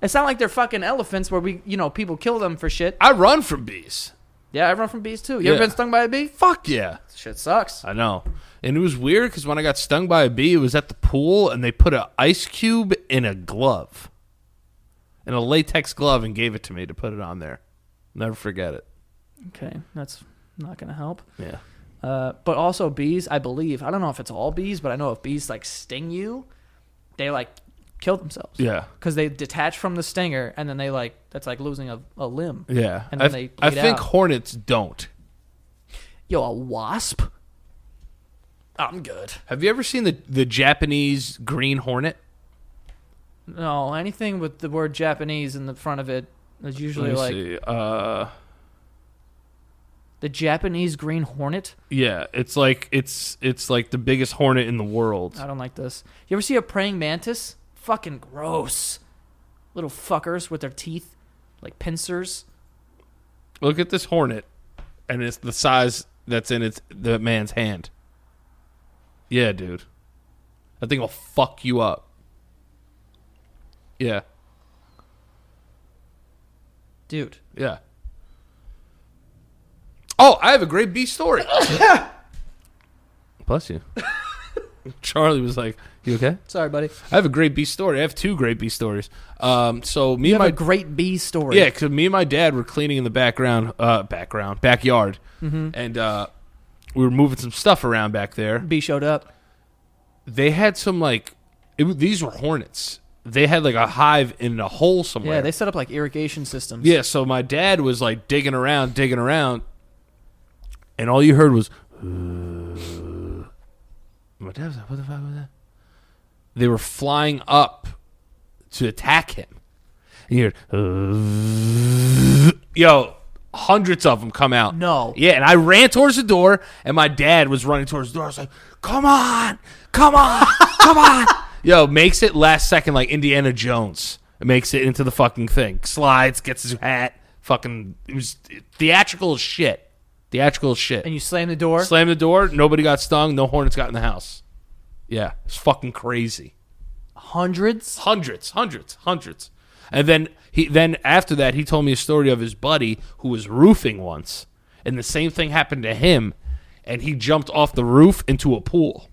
Speaker 1: It's not like they're fucking elephants where we, you know, people kill them for shit.
Speaker 2: I run from bees.
Speaker 1: Yeah, I run from bees too. You ever
Speaker 2: Yeah.
Speaker 1: been stung by a bee?
Speaker 2: Fuck yeah.
Speaker 1: Shit sucks.
Speaker 2: I know. And it was weird because when I got stung by a bee, it was at the pool, and they put an ice cube in a glove, in a latex glove, and gave it to me to put it on there. Never forget it.
Speaker 1: Okay, that's not gonna help.
Speaker 2: Yeah.
Speaker 1: Uh, but also bees, I believe. I don't know if it's all bees, but I know if bees like sting you, they like kill themselves.
Speaker 2: Yeah.
Speaker 1: Because they detach from the stinger and then they like that's like losing a, a limb.
Speaker 2: Yeah.
Speaker 1: And
Speaker 2: I,
Speaker 1: then they
Speaker 2: I
Speaker 1: bleed
Speaker 2: think
Speaker 1: out.
Speaker 2: hornets don't.
Speaker 1: Yo, a wasp. I'm good.
Speaker 2: Have you ever seen the the Japanese green hornet?
Speaker 1: No, anything with the word Japanese in the front of it is
Speaker 2: Let
Speaker 1: usually
Speaker 2: me
Speaker 1: like
Speaker 2: see. Uh,
Speaker 1: the Japanese green hornet.
Speaker 2: yeah, it's like it's it's like the biggest hornet in the world.
Speaker 1: I don't like this. You ever see a praying mantis? Fucking gross. Little fuckers with their teeth, like pincers.
Speaker 2: Look at this hornet, and it's the size that's in its the man's hand. Yeah, dude, that thing will fuck you up. Yeah,
Speaker 1: Dude,
Speaker 2: yeah. Oh, I have a great bee story. Bless you. Charlie was like, "You okay?"
Speaker 1: sorry, buddy.
Speaker 2: I have a great bee story. I have two great bee stories. Um, so me
Speaker 1: You
Speaker 2: and
Speaker 1: have
Speaker 2: my
Speaker 1: a great bee story.
Speaker 2: yeah, because me and my dad were cleaning in the background, uh, background backyard,
Speaker 1: Mm-hmm.
Speaker 2: and uh, we were moving some stuff around back there.
Speaker 1: Bee showed up.
Speaker 2: They had some like it, w- these were hornets. They had like a hive in a hole somewhere.
Speaker 1: Yeah, they set up like irrigation systems.
Speaker 2: Yeah, so my dad was like digging around, digging around, and all you heard was. "Uh." my dad was like, "What the fuck was that?" They were flying up to attack him. And you heard, yo, hundreds of them come out.
Speaker 1: No.
Speaker 2: Yeah, and I ran towards the door, and my dad was running towards the door. I was like, come on, come on, come on. Yo, makes it last second like Indiana Jones. It makes it into the fucking thing. Slides, gets his hat. Fucking, it was theatrical as shit. Theatrical as shit.
Speaker 1: And you slam the door.
Speaker 2: Slammed the door. Nobody got stung. No hornets got in the house. Yeah, it's fucking crazy.
Speaker 1: hundreds.
Speaker 2: Hundreds, hundreds, hundreds. And then he then after that he told me a story of his buddy who was roofing once, and the same thing happened to him, and he jumped off the roof into a pool.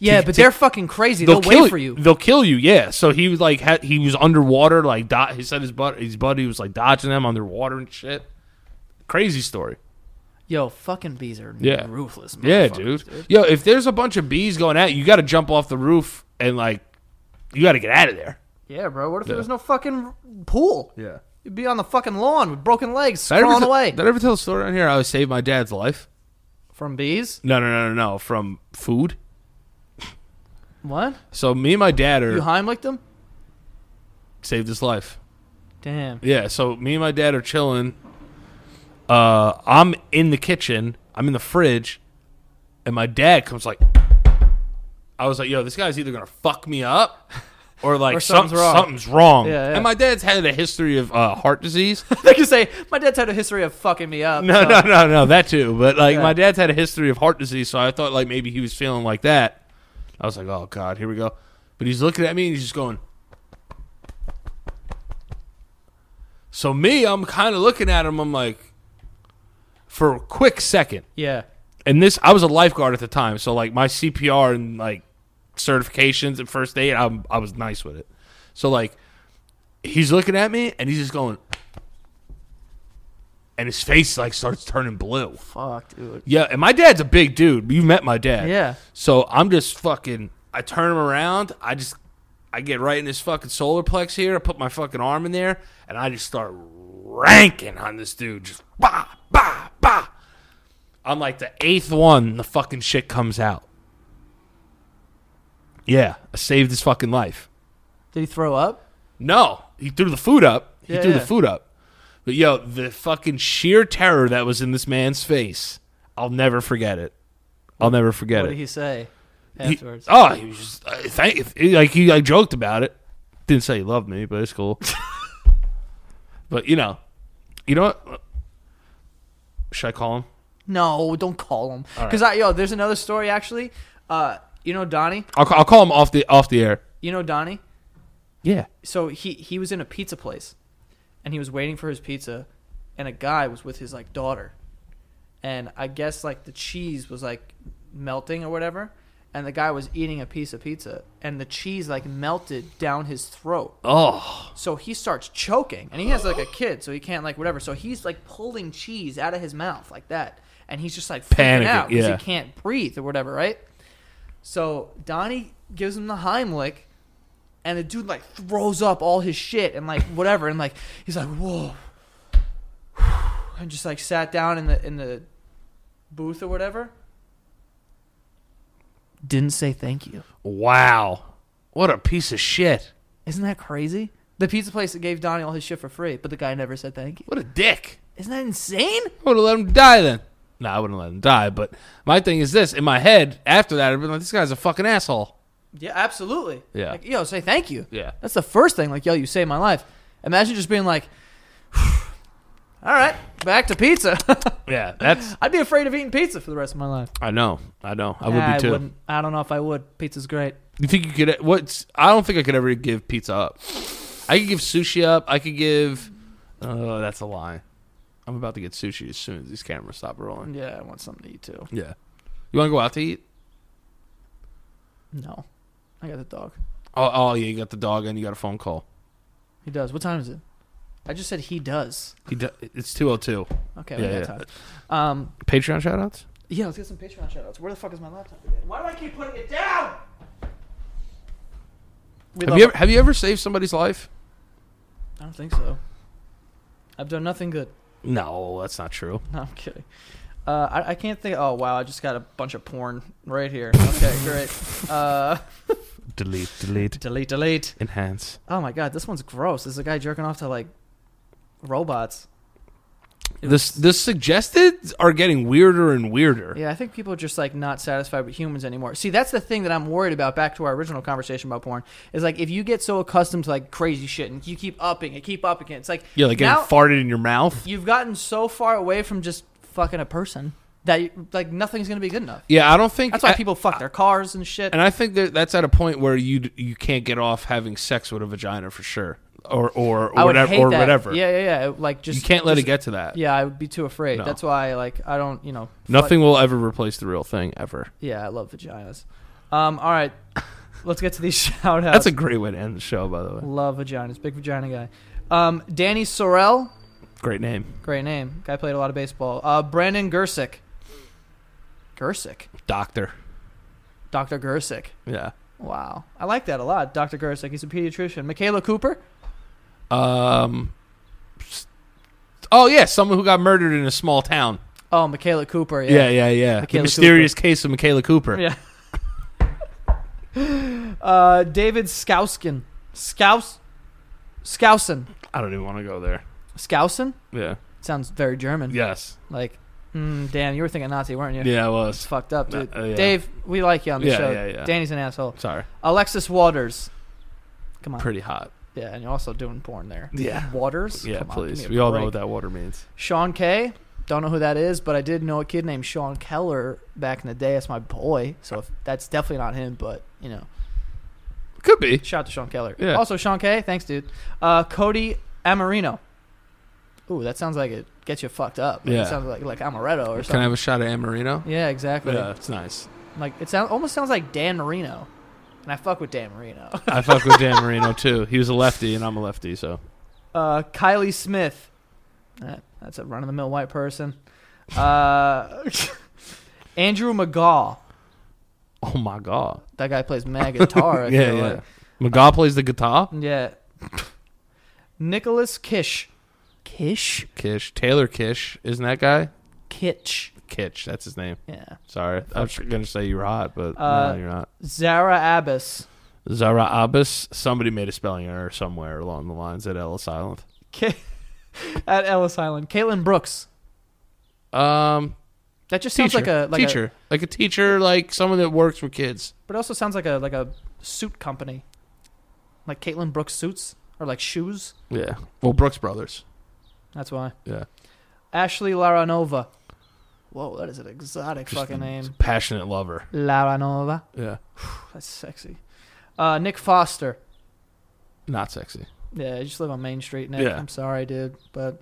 Speaker 1: Yeah,
Speaker 2: to-
Speaker 1: but
Speaker 2: to-
Speaker 1: they're fucking crazy. They'll,
Speaker 2: kill
Speaker 1: wait for you.
Speaker 2: They'll kill you. Yeah. So he was like, had, he was underwater. Like do- he said, his buddy, his buddy was like dodging them underwater and shit. Crazy story.
Speaker 1: Yo, fucking bees are
Speaker 2: Yeah.
Speaker 1: ruthless.
Speaker 2: Yeah,
Speaker 1: motherfuckers,
Speaker 2: dude. Yo, if there's a bunch of bees going out, you got to jump off the roof and like, you got to get out of there.
Speaker 1: Yeah, bro. What if there was no fucking pool?
Speaker 2: Yeah.
Speaker 1: You'd be on the fucking lawn with broken legs,
Speaker 2: Did I, ever
Speaker 1: crawling
Speaker 2: tell-
Speaker 1: away
Speaker 2: did I ever tell a story on here? how I saved my dad's life.
Speaker 1: from bees.
Speaker 2: No, no, no, no, no. From food.
Speaker 1: What?
Speaker 2: So me and my dad are
Speaker 1: You Heimlicked them?
Speaker 2: saved his life.
Speaker 1: Damn.
Speaker 2: Yeah. So me and my dad are chilling. Uh, I'm in the kitchen. I'm in the fridge, and my dad comes like, I was like, "Yo, this guy's either gonna fuck me up." Or like
Speaker 1: Or
Speaker 2: something's,
Speaker 1: something's wrong.
Speaker 2: something's wrong.
Speaker 1: Yeah, yeah.
Speaker 2: And my dad's had a history of uh, heart disease.
Speaker 1: They could say my dad's had a history of fucking me up.
Speaker 2: No,
Speaker 1: so-
Speaker 2: no, no, no, that too. But like,
Speaker 1: Yeah.
Speaker 2: my dad's had a history of heart disease, so I thought like maybe he was feeling like that. I was like, oh god, here we go. But he's looking at me and he's just going. So me, I'm kind of looking at him. I'm like, for a quick second,
Speaker 1: Yeah.
Speaker 2: and this I was a lifeguard at the time, so like my CPR and like certifications and first aid, I, I was nice with it. So like he's looking at me and he's just going, and his face like starts turning blue.
Speaker 1: Fuck, dude.
Speaker 2: Yeah, and my dad's a big dude. You met my dad.
Speaker 1: Yeah.
Speaker 2: So I'm just fucking. I turn him around. I just. I get right in his fucking solar plex here. I put my fucking arm in there, and I just start ranking on this dude. Just bah bah bah. I'm like the eighth one. The fucking shit comes out. Yeah, I saved his fucking life.
Speaker 1: Did he throw up?
Speaker 2: No, he threw the food up. He
Speaker 1: Yeah,
Speaker 2: threw the
Speaker 1: yeah.
Speaker 2: food up. But yo, the fucking sheer terror that was in this man's face, I'll never forget it. I'll never forget
Speaker 1: What did
Speaker 2: it.
Speaker 1: he say
Speaker 2: He-
Speaker 1: afterwards?
Speaker 2: oh, he was just uh, thank, he- like he like joked about it. Didn't say he loved me, but it's cool. but you know, you know what? Should I call him?
Speaker 1: No, don't call him. Because I yo, there's another story actually. Uh, you know Donnie.
Speaker 2: I'll, ca- I'll call him off the off the air.
Speaker 1: You know Donnie.
Speaker 2: Yeah.
Speaker 1: So he he was in a pizza place, and he was waiting for his pizza, and a guy was with his like daughter, and I guess like the cheese was like melting or whatever, and the guy was eating a piece of pizza, and the cheese like melted down his throat.
Speaker 2: Oh,
Speaker 1: So he starts choking, and he has like a kid, so he can't like whatever. So he's like pulling cheese out of his mouth like that, and he's just like
Speaker 2: Panicking,
Speaker 1: panicking out because
Speaker 2: yeah.
Speaker 1: he can't breathe or whatever, right? So Donnie gives him the Heimlich, and the dude like throws up all his shit and like whatever, and like he's like whoa, and just like sat down in the in the booth or whatever, didn't say thank you.
Speaker 2: Wow. What a piece of shit.
Speaker 1: Isn't that crazy? The pizza place that gave Donnie all his shit for free, but the guy never said thank you.
Speaker 2: What a dick.
Speaker 1: Isn't that insane?
Speaker 2: I would have let him die then. No, I wouldn't let him die. But my thing is this: in my head, after that, I'd been like, "This guy's a fucking asshole."
Speaker 1: Yeah, absolutely.
Speaker 2: Yeah.
Speaker 1: Like, yo, say thank you.
Speaker 2: Yeah.
Speaker 1: That's the first thing. Like, yo, you saved my life. Imagine just being like, all right, back to pizza.
Speaker 2: Yeah, that's.
Speaker 1: I'd be afraid of eating pizza for the rest of my life.
Speaker 2: I know. I know. I
Speaker 1: Nah,
Speaker 2: would be too.
Speaker 1: wouldn't. I don't know if I would. Pizza's great.
Speaker 2: You think you could? What's? I don't think I could ever give pizza up. I could give sushi up. I could give. Oh, that's a lie. I'm about to get sushi as soon as these cameras stop rolling.
Speaker 1: Yeah, I want something to eat too.
Speaker 2: Yeah. You want to go out to eat?
Speaker 1: No, I got the dog.
Speaker 2: Oh, oh yeah. You got the dog and you got a phone call.
Speaker 1: He does. What time is it? I just said he does.
Speaker 2: He do, it's two oh two.
Speaker 1: Okay,
Speaker 2: Yeah,
Speaker 1: we
Speaker 2: yeah.
Speaker 1: got time. Um,
Speaker 2: Patreon shoutouts.
Speaker 1: yeah, let's get some Patreon shoutouts. Where the fuck is my laptop again? Why do I keep putting it down? We
Speaker 2: Have
Speaker 1: love-
Speaker 2: you ever, have you ever saved somebody's life?
Speaker 1: I don't think so. I've done nothing good.
Speaker 2: No, that's not true.
Speaker 1: No, I'm kidding. Uh, I, I can't think. Oh wow, I just got a bunch of porn right here. Okay, great. Uh,
Speaker 2: Delete, delete,
Speaker 1: delete, delete.
Speaker 2: enhance.
Speaker 1: Oh my god, this one's gross. There's a guy jerking off to like robots.
Speaker 2: This the suggested are getting weirder and weirder.
Speaker 1: Yeah, I think people are just like not satisfied with humans anymore. See, that's the thing that I'm worried about. Back to our original conversation about porn is like if you get so accustomed to like crazy shit and you keep upping it, keep upping it. It's like
Speaker 2: Yeah, like getting
Speaker 1: now
Speaker 2: farted in your mouth.
Speaker 1: you've gotten so far away from just fucking a person that you, like nothing's gonna be good enough.
Speaker 2: Yeah, I don't think
Speaker 1: That's why
Speaker 2: I-
Speaker 1: people fuck their cars and shit.
Speaker 2: And I think that that's at a point where you d- you can't get off having sex with a vagina for sure, or or, or
Speaker 1: I would
Speaker 2: whatever,
Speaker 1: hate
Speaker 2: or
Speaker 1: that.
Speaker 2: whatever.
Speaker 1: Yeah, yeah, yeah. It, Like just
Speaker 2: you can't let
Speaker 1: just-
Speaker 2: it get to that.
Speaker 1: Yeah, I would be too afraid.
Speaker 2: No.
Speaker 1: That's why, like, I don't, you know,
Speaker 2: Nothing will ever replace the real thing ever.
Speaker 1: fuck- yeah, I love vaginas. Um, all right, let's get to these shout outs.
Speaker 2: That's a great way to end the show, by the way.
Speaker 1: love vaginas, big vagina guy. Um, Danny Sorrell,
Speaker 2: Great name,
Speaker 1: great name. Guy played a lot of baseball. Uh, Brandon Gersick, Gersick,
Speaker 2: doctor.
Speaker 1: Doctor Gersick.
Speaker 2: Yeah.
Speaker 1: Wow, I like that a lot. Doctor Gersick, he's a pediatrician. Michaela Cooper,
Speaker 2: Um. s- Oh yeah, someone who got murdered in a small town.
Speaker 1: oh, Michaela Cooper, yeah,
Speaker 2: Yeah, yeah, yeah. the
Speaker 1: Michaela
Speaker 2: mysterious case of Michaela Cooper.
Speaker 1: Yeah. uh, David Scouskin. Scouse. Skousen.
Speaker 2: I don't even want to go there.
Speaker 1: Skousen?
Speaker 2: Yeah.
Speaker 1: Sounds very German.
Speaker 2: Yes.
Speaker 1: Like, mm, damn, you were thinking Nazi, weren't you?
Speaker 2: Yeah, I
Speaker 1: It's
Speaker 2: was.
Speaker 1: fucked up, dude.
Speaker 2: Uh, yeah.
Speaker 1: Dave, we like you on the
Speaker 2: Yeah,
Speaker 1: show.
Speaker 2: yeah, yeah.
Speaker 1: Danny's an asshole.
Speaker 2: Sorry.
Speaker 1: Alexis Waters. Come on.
Speaker 2: Pretty hot.
Speaker 1: Yeah, and you're also doing porn there.
Speaker 2: Yeah.
Speaker 1: Waters?
Speaker 2: Yeah,
Speaker 1: Come on, give
Speaker 2: please.
Speaker 1: me
Speaker 2: We
Speaker 1: a
Speaker 2: all
Speaker 1: break.
Speaker 2: know what that water means.
Speaker 1: Sean K. Don't know who that is, but I did know a kid named Sean Keller back in the day. That's my boy. So if, that's definitely not him, but, you know.
Speaker 2: Could be.
Speaker 1: Shout out to Sean Keller.
Speaker 2: Yeah.
Speaker 1: Also, Sean K. Thanks, dude. Uh, Cody Amarino. Ooh, that sounds like it gets you fucked up. Like,
Speaker 2: Yeah.
Speaker 1: It sounds like like amaretto or
Speaker 2: Can I
Speaker 1: something.
Speaker 2: have a shot of Amarino?
Speaker 1: yeah, exactly.
Speaker 2: Yeah, it's nice.
Speaker 1: Like it sound, almost sounds like Dan Marino, and I fuck with Dan Marino.
Speaker 2: I fuck with Dan Marino too. He was a lefty, and I'm a lefty, so
Speaker 1: Uh, Kylie Smith. That- that's a run of the mill white person. Uh, Andrew McGaw.
Speaker 2: oh my god,
Speaker 1: That guy plays mad guitar. I
Speaker 2: yeah,
Speaker 1: feel
Speaker 2: yeah.
Speaker 1: like.
Speaker 2: McGaw plays the guitar.
Speaker 1: yeah. Nicholas Kish. Kish?
Speaker 2: Kish Taylor Kish, isn't that guy?
Speaker 1: Kitch.
Speaker 2: Kitch, that's his name.
Speaker 1: Yeah.
Speaker 2: Sorry, I was gonna say you're hot, but
Speaker 1: Uh,
Speaker 2: no, you're not.
Speaker 1: Zara Abbas.
Speaker 2: Zara Abbas. Somebody made a spelling error somewhere along the lines at Ellis Island.
Speaker 1: Ka- at Ellis Island. Caitlin Brooks.
Speaker 2: Um,
Speaker 1: That just sounds
Speaker 2: teacher,
Speaker 1: like a like a-
Speaker 2: teacher, like a teacher, like someone that works with kids.
Speaker 1: but it also sounds like a like a suit company, like Caitlin Brooks suits or like shoes.
Speaker 2: Yeah. Well, Brooks Brothers.
Speaker 1: That's why
Speaker 2: Yeah.
Speaker 1: Ashley Laranova. Whoa, that is an exotic fucking name.
Speaker 2: Passionate lover.
Speaker 1: Laranova.
Speaker 2: Yeah.
Speaker 1: That's sexy. Uh, Nick Foster.
Speaker 2: Not sexy.
Speaker 1: Yeah, I just live on Main Street, Nick.
Speaker 2: Yeah.
Speaker 1: I'm sorry, dude, but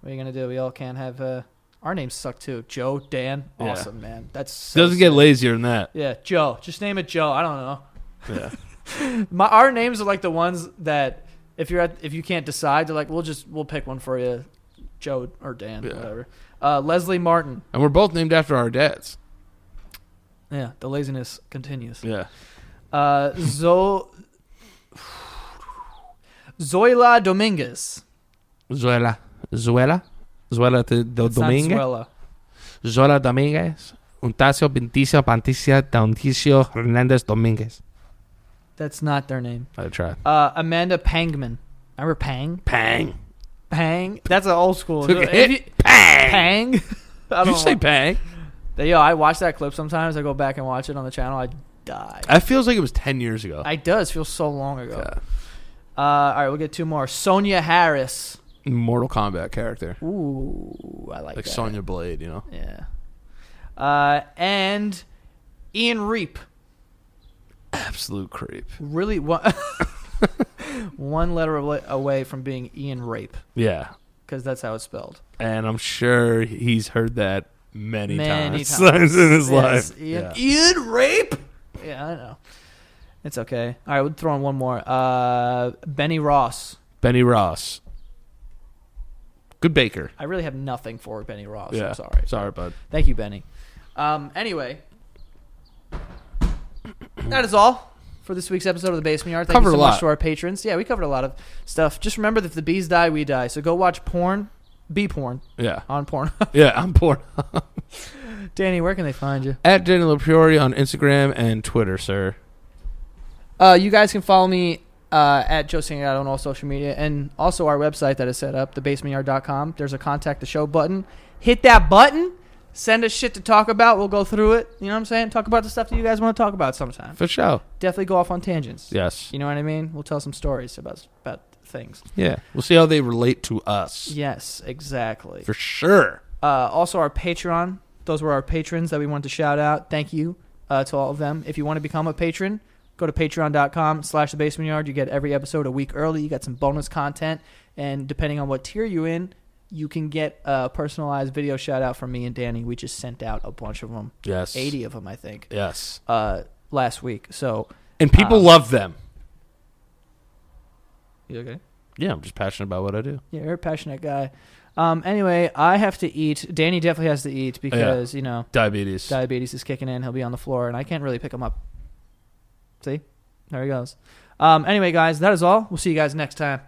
Speaker 1: what are you gonna do? We all can't have uh, our names suck too. Joe, Dan,
Speaker 2: Yeah.
Speaker 1: awesome man. That's so
Speaker 2: Doesn't get lazier than that.
Speaker 1: Yeah, Joe. Just name it Joe. I don't know.
Speaker 2: Yeah.
Speaker 1: My our names are like the ones that if you're at if you can't decide, they're like we'll just we'll pick one for you, Joe or Dan,
Speaker 2: Yeah.
Speaker 1: whatever. Uh, Leslie Martin.
Speaker 2: And we're both named after our dads.
Speaker 1: Yeah, the laziness continues.
Speaker 2: Yeah.
Speaker 1: Uh, Zo. Zoila Dominguez.
Speaker 2: Zuela. Zuela. Zuela de,
Speaker 1: It's not
Speaker 2: Dominguez.
Speaker 1: Zoila.
Speaker 2: Zola Dominguez. Untacio, Pinticio, Panticia, Downticio, Hernandez, Dominguez.
Speaker 1: That's not their name.
Speaker 2: I tried.
Speaker 1: Uh, Amanda Pangman. Remember Pang?
Speaker 2: Pang.
Speaker 1: Pang. That's an old school.
Speaker 2: Took a
Speaker 1: If
Speaker 2: hit.
Speaker 1: you-
Speaker 2: Pang.
Speaker 1: Pang. I
Speaker 2: Did you
Speaker 1: don't
Speaker 2: say
Speaker 1: know.
Speaker 2: bang?
Speaker 1: Yo, I watch that clip sometimes. I go back and watch it on the channel. I die.
Speaker 2: That feels like it was 10 years ago.
Speaker 1: I does feel so long ago. Uh, all right, we'll get two more. Sonia Harris.
Speaker 2: Mortal Kombat character.
Speaker 1: Ooh, I like,
Speaker 2: Like
Speaker 1: that.
Speaker 2: Sonya Blade, you know?
Speaker 1: Yeah. Uh, and Ian Reap.
Speaker 2: Absolute creep.
Speaker 1: Really one one letter awa- away from being Ian Rape
Speaker 2: Yeah.
Speaker 1: because that's how it's spelled.
Speaker 2: And I'm sure he's heard that many,
Speaker 1: Many
Speaker 2: times,
Speaker 1: times.
Speaker 2: in his
Speaker 1: Yes,
Speaker 2: life.
Speaker 1: Ian-
Speaker 2: Yeah.
Speaker 1: Ian Rape. Yeah, I know. It's okay. All right, we'll throw in one more. Uh, Benny Ross.
Speaker 2: Benny Ross. Good baker.
Speaker 1: I really have nothing for Benny Ross.
Speaker 2: yeah.
Speaker 1: I'm sorry.
Speaker 2: Sorry, bud.
Speaker 1: Thank you, Benny. Um, anyway, that is all for this week's episode of the Basement Yard. Thank
Speaker 2: Covered
Speaker 1: you
Speaker 2: a
Speaker 1: so
Speaker 2: lot.
Speaker 1: much to our patrons. Yeah, we covered a lot of stuff. Just remember that if the bees die, we die. So go watch porn, bee porn
Speaker 2: Yeah.
Speaker 1: on porn.
Speaker 2: Yeah, I'm poor.
Speaker 1: Danny, where can they find you?
Speaker 2: At Danny LaPriori on Instagram and Twitter, sir.
Speaker 1: Uh, you guys can follow me uh, at Joe Sangato on all social media and also our website that is set up, thebasementyard.com. There's a contact the show button. Hit that button. Send us shit to talk about. We'll go through it. You know what I'm saying? Talk about the stuff that you guys want to talk about sometime.
Speaker 2: For sure.
Speaker 1: Definitely go off on tangents.
Speaker 2: Yes.
Speaker 1: You know what I mean? We'll tell some stories about about things.
Speaker 2: Yeah. We'll see how they relate to us.
Speaker 1: Yes, exactly.
Speaker 2: For sure.
Speaker 1: Uh, also, our Patreon. Those were our patrons that we wanted to shout out. Thank you uh, to all of them. If you want to become a patron, go to patreon.com slash the basement yard. You get every episode a week early. You get some bonus content. And depending on what tier you in, you can get a personalized video shout out from me and Danny. We just sent out a bunch of them.
Speaker 2: Yes.
Speaker 1: 80 of them, I think,
Speaker 2: Yes. Um,
Speaker 1: uh, last week. So,
Speaker 2: And people love them.
Speaker 1: you okay?
Speaker 2: Yeah, I'm just passionate about what I do.
Speaker 1: Yeah, you're a passionate guy. Um, anyway, I have to eat. Danny definitely has to eat because you know
Speaker 2: Diabetes.
Speaker 1: diabetes is kicking in. He'll be on the floor, and I can't really pick him up. See, there he goes. Um, anyway, guys, that is all. We'll see you guys next time.